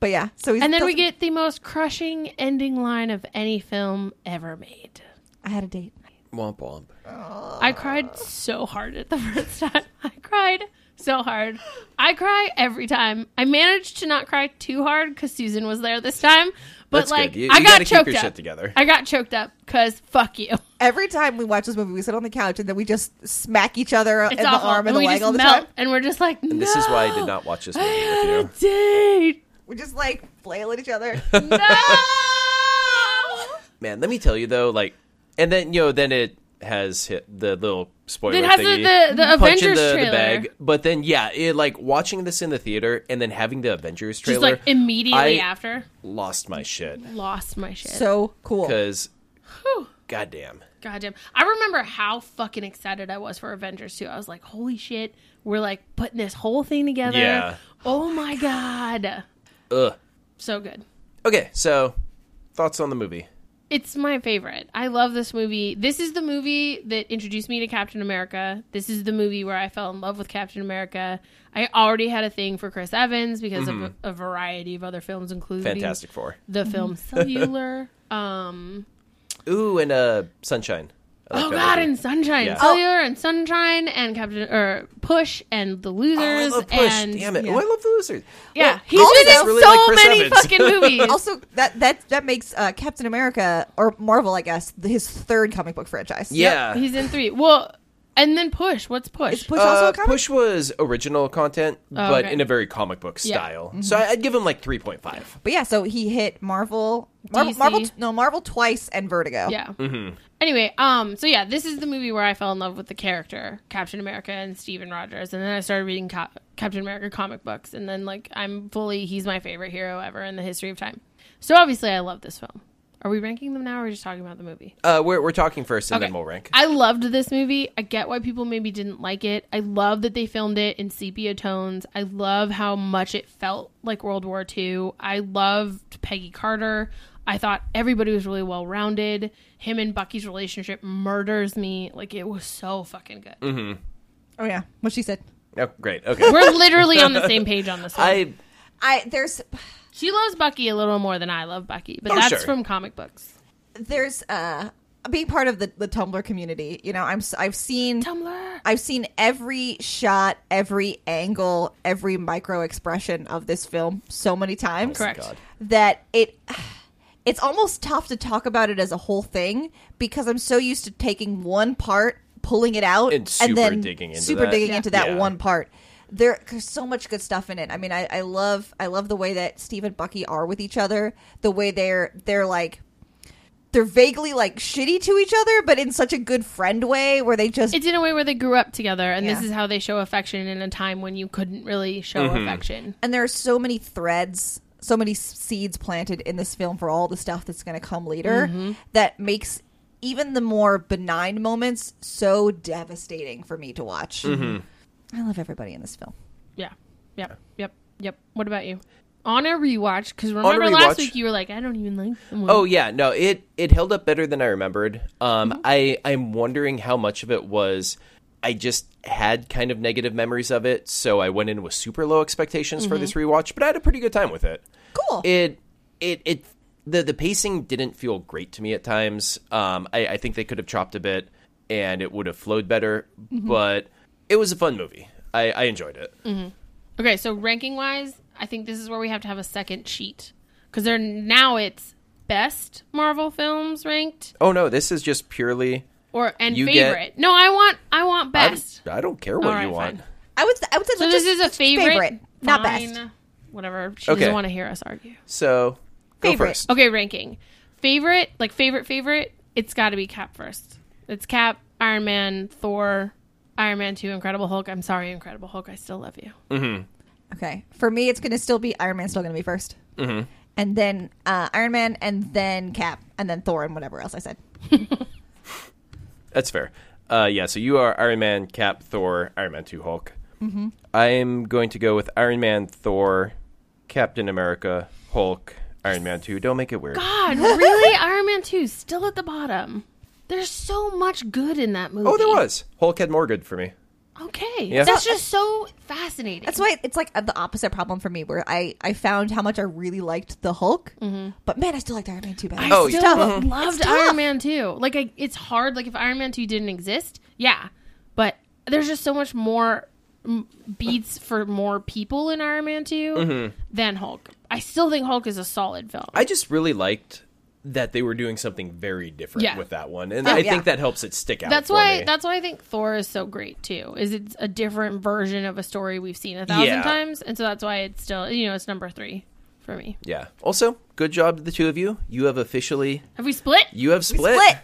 [SPEAKER 4] But yeah, so he's
[SPEAKER 3] And then we get the most crushing ending line of any film ever made.
[SPEAKER 4] I had a date.
[SPEAKER 2] Womp womp.
[SPEAKER 3] I cried so hard at the first time. I cried so hard. I cry every time. I managed to not cry too hard because Susan was there this time. But
[SPEAKER 2] That's
[SPEAKER 3] like,
[SPEAKER 2] good. You-
[SPEAKER 3] I
[SPEAKER 2] you
[SPEAKER 3] got
[SPEAKER 2] gotta keep your
[SPEAKER 3] choked up.
[SPEAKER 2] shit together.
[SPEAKER 3] I got choked up because fuck you.
[SPEAKER 4] Every time we watch this movie, we sit on the couch and then we just smack each other
[SPEAKER 3] It's
[SPEAKER 4] in
[SPEAKER 3] awful.
[SPEAKER 4] the arm and,
[SPEAKER 3] we
[SPEAKER 4] the leg
[SPEAKER 3] just
[SPEAKER 4] all the
[SPEAKER 3] melt,
[SPEAKER 4] time.
[SPEAKER 3] and we're just like,
[SPEAKER 2] And this is why I did not watch this movie with
[SPEAKER 3] a date.
[SPEAKER 4] We're just like flail at each other.
[SPEAKER 2] you.
[SPEAKER 3] No.
[SPEAKER 2] Man, let me tell you though, like, and then you know, then it has hit the little spoiler
[SPEAKER 3] It has the-
[SPEAKER 2] thingy,
[SPEAKER 3] the- the
[SPEAKER 2] punch in
[SPEAKER 3] Avengers
[SPEAKER 2] the, the
[SPEAKER 3] trailer.
[SPEAKER 2] bag. But then, yeah, it like watching this in the theater and then having the Avengers
[SPEAKER 3] Just
[SPEAKER 2] trailer
[SPEAKER 3] like immediately
[SPEAKER 2] I
[SPEAKER 3] after,
[SPEAKER 2] lost my shit
[SPEAKER 3] lost my shit.
[SPEAKER 4] so cool.
[SPEAKER 2] because, goddamn,
[SPEAKER 3] Goddamn. I remember how fucking excited I was for Avengers 2. I was like, holy shit, we're like putting this whole thing together.
[SPEAKER 2] Yeah.
[SPEAKER 3] Oh my god.
[SPEAKER 2] ugh.
[SPEAKER 3] So good.
[SPEAKER 2] Okay, so thoughts on the movie?
[SPEAKER 3] It's my favorite. I love this movie. This is the movie that introduced me to Captain America. This is the movie where I fell in love with Captain America. I already had a thing for Chris Evans because of a, a variety of other films, including
[SPEAKER 2] Mm-hmm. Fantastic Four.
[SPEAKER 3] the film Cellular. Um,
[SPEAKER 2] Ooh, and uh, Sunshine. I like
[SPEAKER 3] oh
[SPEAKER 2] that
[SPEAKER 3] God,
[SPEAKER 2] movie.
[SPEAKER 3] and Sunshine,
[SPEAKER 2] Yeah.
[SPEAKER 3] Cellular, and Sunshine, and Captain or Push, and The
[SPEAKER 2] Oh, I
[SPEAKER 3] Losers,
[SPEAKER 2] love Push.
[SPEAKER 3] and
[SPEAKER 2] Damn it!
[SPEAKER 4] yeah.
[SPEAKER 2] Oh, I love the losers.
[SPEAKER 3] yeah,
[SPEAKER 2] Well,
[SPEAKER 3] he's
[SPEAKER 4] also
[SPEAKER 3] been in
[SPEAKER 4] that's
[SPEAKER 2] really
[SPEAKER 3] so
[SPEAKER 2] like Chris
[SPEAKER 3] many
[SPEAKER 2] Evans.
[SPEAKER 3] fucking movies.
[SPEAKER 4] Also, that that that makes uh, Captain America or Marvel, I guess, th- his third comic book franchise.
[SPEAKER 2] Yeah,
[SPEAKER 3] he's in three. Well, and then Push. What's Push?
[SPEAKER 4] Is Push also
[SPEAKER 2] Uh,
[SPEAKER 4] a comic?
[SPEAKER 2] Push was original content, but
[SPEAKER 3] Oh, okay.
[SPEAKER 2] in a very comic book
[SPEAKER 3] Yeah.
[SPEAKER 2] style.
[SPEAKER 3] Mm-hmm.
[SPEAKER 2] So I- I'd give him like three point five.
[SPEAKER 4] But yeah, so he hit Marvel, Marvel,
[SPEAKER 3] DC.
[SPEAKER 4] Marvel, no Marvel twice and Vertigo.
[SPEAKER 3] Yeah. Anyway, um, so yeah, this is the movie where I fell in love with the character Captain America and Steven Rogers, and then I started reading co- Captain America comic books, and then like I'm fully he's my favorite hero ever in the history of time. So obviously, I love this film. Are we ranking them now, or are we just talking about the movie?
[SPEAKER 2] Uh, we're we're talking first, and
[SPEAKER 3] Okay.
[SPEAKER 2] then we'll rank.
[SPEAKER 3] I loved this movie. I get why people maybe didn't like it. I love that they filmed it in sepia tones. I love how much it felt like World War II. I loved Peggy Carter. I thought everybody was really well rounded. Him and Bucky's relationship murders me. Like it was so fucking good.
[SPEAKER 2] Mm-hmm.
[SPEAKER 4] Oh yeah, what she said.
[SPEAKER 2] Oh, great. Okay.
[SPEAKER 3] We're literally on the same page on this one.
[SPEAKER 2] I
[SPEAKER 4] I there's
[SPEAKER 3] she loves Bucky a little more than I love Bucky, but
[SPEAKER 2] Oh,
[SPEAKER 3] that's
[SPEAKER 2] sure.
[SPEAKER 3] from comic books.
[SPEAKER 4] there's uh being part of the the Tumblr community. You know, I'm s- I've seen
[SPEAKER 3] Tumblr.
[SPEAKER 4] I've seen every shot, every angle, every micro expression of this film so many times.
[SPEAKER 3] Correct.
[SPEAKER 2] God.
[SPEAKER 4] that it it's almost tough to talk about it as a whole thing because I'm so used to taking one part, pulling it out,
[SPEAKER 2] And super
[SPEAKER 4] then
[SPEAKER 2] digging into
[SPEAKER 4] super
[SPEAKER 2] that.
[SPEAKER 4] digging
[SPEAKER 2] Yeah.
[SPEAKER 4] into that
[SPEAKER 2] Yeah.
[SPEAKER 4] one part. There, there's so much good stuff in it. I mean, I, I love I love the way that Steve and Bucky are with each other. The way they're they're like they're vaguely like shitty to each other, but in such a good friend way where they just
[SPEAKER 3] It's in a way where they grew up together, and this
[SPEAKER 4] Yeah.
[SPEAKER 3] is how they show affection in a time when you couldn't really show
[SPEAKER 2] Mm-hmm.
[SPEAKER 3] affection.
[SPEAKER 4] and there are so many threads so many s- seeds planted in this film for all the stuff that's going to come later
[SPEAKER 3] Mm-hmm.
[SPEAKER 4] that makes even the more benign moments so devastating for me to watch i love everybody in this film
[SPEAKER 3] Yeah. Yep. Yep. Yep. What about you? On a rewatch, because remember
[SPEAKER 2] rewatch.
[SPEAKER 3] last week you were like, I don't even like the movie.
[SPEAKER 2] Oh yeah, no, it it held up better than I remembered. Um,
[SPEAKER 3] Mm-hmm.
[SPEAKER 2] I I'm wondering how much of it was I just had kind of negative memories of it, so I went in with super low expectations for this
[SPEAKER 3] Mm-hmm.
[SPEAKER 2] rewatch, but I had a pretty good time with it.
[SPEAKER 4] cool
[SPEAKER 2] It it it the the pacing didn't feel great to me at times. Um, I, I think they could have chopped a bit and it would have flowed better,
[SPEAKER 3] Mm-hmm.
[SPEAKER 2] but it was a fun movie. I, I enjoyed it.
[SPEAKER 3] Mm. Okay, so ranking wise, I think this is where we have to have a second sheet because they're now it's best Marvel films ranked
[SPEAKER 2] Oh no, this is just purely.
[SPEAKER 3] or and
[SPEAKER 2] You get-
[SPEAKER 3] favorite. No, I want I want
[SPEAKER 2] I,
[SPEAKER 3] best.
[SPEAKER 2] I don't care what
[SPEAKER 3] All
[SPEAKER 2] you
[SPEAKER 3] right,
[SPEAKER 2] want.
[SPEAKER 3] fine.
[SPEAKER 4] i would i would say
[SPEAKER 3] So
[SPEAKER 4] let's
[SPEAKER 3] this
[SPEAKER 4] just-
[SPEAKER 3] is a
[SPEAKER 4] let's-
[SPEAKER 3] favorite,
[SPEAKER 4] not
[SPEAKER 3] Fine.
[SPEAKER 4] best
[SPEAKER 3] Whatever. She
[SPEAKER 2] Okay.
[SPEAKER 3] doesn't want to hear us argue.
[SPEAKER 2] So go
[SPEAKER 4] Favorite.
[SPEAKER 2] first.
[SPEAKER 3] Okay, ranking. Favorite, like favorite, favorite, it's got to be Cap first. It's Cap, Iron Man, Thor, Iron Man 2, Incredible Hulk. I'm sorry, Incredible Hulk. I still love you.
[SPEAKER 4] okay for me it's going to still be iron man's still going to be 1st and then uh, iron man and then cap and then thor and whatever else i said
[SPEAKER 2] That's fair. Uh, yeah, so you are Iron Man, Cap, Thor, Iron Man 2, Hulk.
[SPEAKER 3] Mm-hmm.
[SPEAKER 2] I'm going to go with Iron Man, Thor, Captain America, Hulk, Iron Man 2. Don't make it weird.
[SPEAKER 3] God, really? Iron Man 2 's still at the bottom. There's so much good in that movie.
[SPEAKER 2] Oh, there was. Hulk had more good for me.
[SPEAKER 3] Okay.
[SPEAKER 2] Yeah.
[SPEAKER 3] That's just so fascinating.
[SPEAKER 4] That's why it's like the opposite problem for me, where I, I found how much I really liked the Hulk, but man, I still liked Iron Man too bad.
[SPEAKER 3] Mm-hmm. I
[SPEAKER 2] Oh,
[SPEAKER 3] still
[SPEAKER 4] yeah. Mhm.
[SPEAKER 3] loved
[SPEAKER 4] It's tough.
[SPEAKER 3] Iron Man 2. Like, I, it's hard. Like, if Iron Man 2 didn't exist, yeah. But there's just so much more mm, beats for more people in Iron Man 2 than Hulk. I still think Hulk is a solid film.
[SPEAKER 2] Mm-hmm. I just really liked that they were doing something very different
[SPEAKER 3] Yeah.
[SPEAKER 2] with that one. And I
[SPEAKER 4] yeah.
[SPEAKER 2] think that helps it stick out.
[SPEAKER 3] that's
[SPEAKER 2] for
[SPEAKER 3] why.
[SPEAKER 2] me.
[SPEAKER 3] That's why I think Thor is so great too. Is it's a different version of a story we've seen a thousand
[SPEAKER 2] Yeah.
[SPEAKER 3] times, and so that's why it's still you know it's number three for me.
[SPEAKER 2] Yeah. Also, good job to the two of you. You have officially.
[SPEAKER 3] Have we split?
[SPEAKER 2] You have split.
[SPEAKER 4] Split.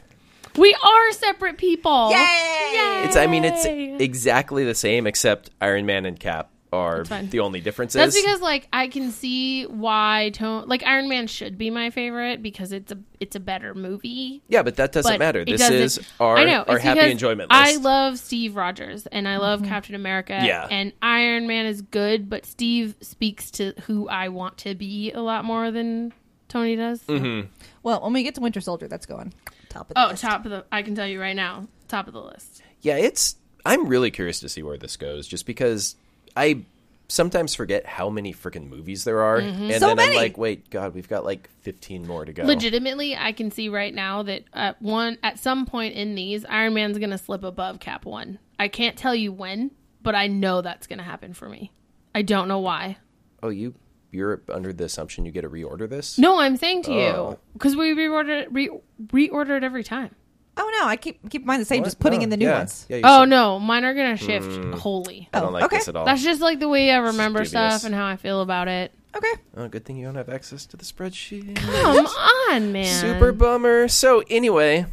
[SPEAKER 3] We are separate people.
[SPEAKER 4] Yay!
[SPEAKER 2] It's. I mean, it's
[SPEAKER 3] Yay.
[SPEAKER 2] exactly the same except Iron Man and Cap are
[SPEAKER 3] fine.
[SPEAKER 2] the only differences.
[SPEAKER 3] That's because like I can see why tone like Iron Man should be my favorite because it's a it's a better movie.
[SPEAKER 2] Yeah, but that doesn't
[SPEAKER 3] But
[SPEAKER 2] matter.
[SPEAKER 3] it
[SPEAKER 2] This
[SPEAKER 3] doesn't-
[SPEAKER 2] is our,
[SPEAKER 3] I know,
[SPEAKER 2] our
[SPEAKER 3] it's
[SPEAKER 2] happy
[SPEAKER 3] because
[SPEAKER 2] enjoyment list. Mm-hmm.
[SPEAKER 3] I love Steve Rogers and I love Captain America.
[SPEAKER 2] Yeah.
[SPEAKER 3] and Iron Man is good, but Steve speaks to who I want to be a lot more than Tony does.
[SPEAKER 2] Mm-hmm.
[SPEAKER 4] Well, when we get to Winter Soldier, that's going top of the
[SPEAKER 3] Oh,
[SPEAKER 4] list.
[SPEAKER 3] top of the. I can tell you right now, top of the list.
[SPEAKER 2] Yeah, it's. I'm really curious to see where this goes, just because I sometimes forget how many freaking movies there are,
[SPEAKER 3] Mm-hmm.
[SPEAKER 2] and
[SPEAKER 4] So
[SPEAKER 2] then I'm
[SPEAKER 4] many!
[SPEAKER 2] like, wait, God, we've got like 15 more to go.
[SPEAKER 3] Legitimately, I can see right now that at one at some point in these, Iron Man's gonna slip above Cap One. I can't tell you when, but I know that's gonna happen for me. I don't know why.
[SPEAKER 2] Oh, you you're under the assumption you get to reorder this?
[SPEAKER 3] No, I'm saying to you
[SPEAKER 2] Oh.
[SPEAKER 3] because we reordered re, reordered every time.
[SPEAKER 4] Oh no, I keep keep mine the same,
[SPEAKER 2] What?
[SPEAKER 4] just putting
[SPEAKER 2] No,
[SPEAKER 4] in the new
[SPEAKER 2] yeah.
[SPEAKER 4] ones.
[SPEAKER 2] Yeah, you
[SPEAKER 3] Oh
[SPEAKER 2] said-
[SPEAKER 3] no, mine are gonna shift wholly.
[SPEAKER 2] I don't
[SPEAKER 4] Oh,
[SPEAKER 2] like
[SPEAKER 4] okay.
[SPEAKER 2] this at all.
[SPEAKER 3] That's just like the way I remember
[SPEAKER 2] Dubious.
[SPEAKER 3] stuff and how I feel about it.
[SPEAKER 4] Okay.
[SPEAKER 2] Oh, good thing you don't have access to the spreadsheet.
[SPEAKER 3] Come on, man.
[SPEAKER 2] Super bummer. So anyway,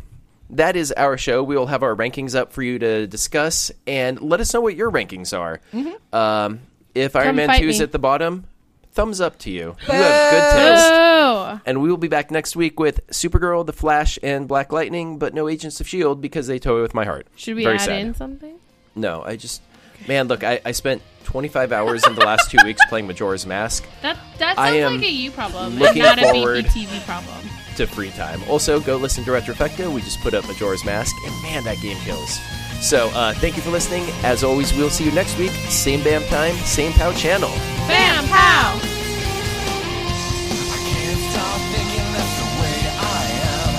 [SPEAKER 2] that is our show. We will have our rankings up for you to discuss, and let us know what your rankings are. Um, if Iron
[SPEAKER 3] Mm-hmm. Come
[SPEAKER 2] Man
[SPEAKER 3] fight
[SPEAKER 2] Two is
[SPEAKER 3] me.
[SPEAKER 2] at the bottom, thumbs up to you. You have good taste.
[SPEAKER 3] Oh,
[SPEAKER 2] And we will be back next week with Supergirl, The Flash, and Black Lightning, but no Agents of Shield E because they toy with my heart.
[SPEAKER 3] should we
[SPEAKER 2] Very
[SPEAKER 3] add
[SPEAKER 2] sad.
[SPEAKER 3] in something?
[SPEAKER 2] No, I just, man, look, I, I spent 25 hours in the last two weeks playing Majora's Mask
[SPEAKER 3] That that
[SPEAKER 2] I am
[SPEAKER 3] sounds like a you problem, and
[SPEAKER 2] looking
[SPEAKER 3] not a
[SPEAKER 2] forward-
[SPEAKER 3] BPTV problem.
[SPEAKER 2] to free time. Also, go listen to Retrofecta. We just put up Majora's Mask, and man, that game kills. So, uh, thank you for listening. As always, we'll see you next week. Same BAM time, same POW channel.
[SPEAKER 3] Bam, pow.
[SPEAKER 5] can't stop thinking that's the way I am.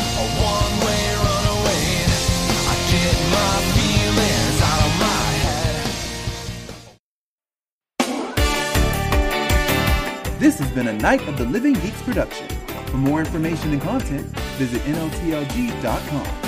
[SPEAKER 5] A one-way runaway. I get my feelings out of my head.
[SPEAKER 1] This has been a Night of the Living Geeks production. For more information and content, visit NOTLG.com.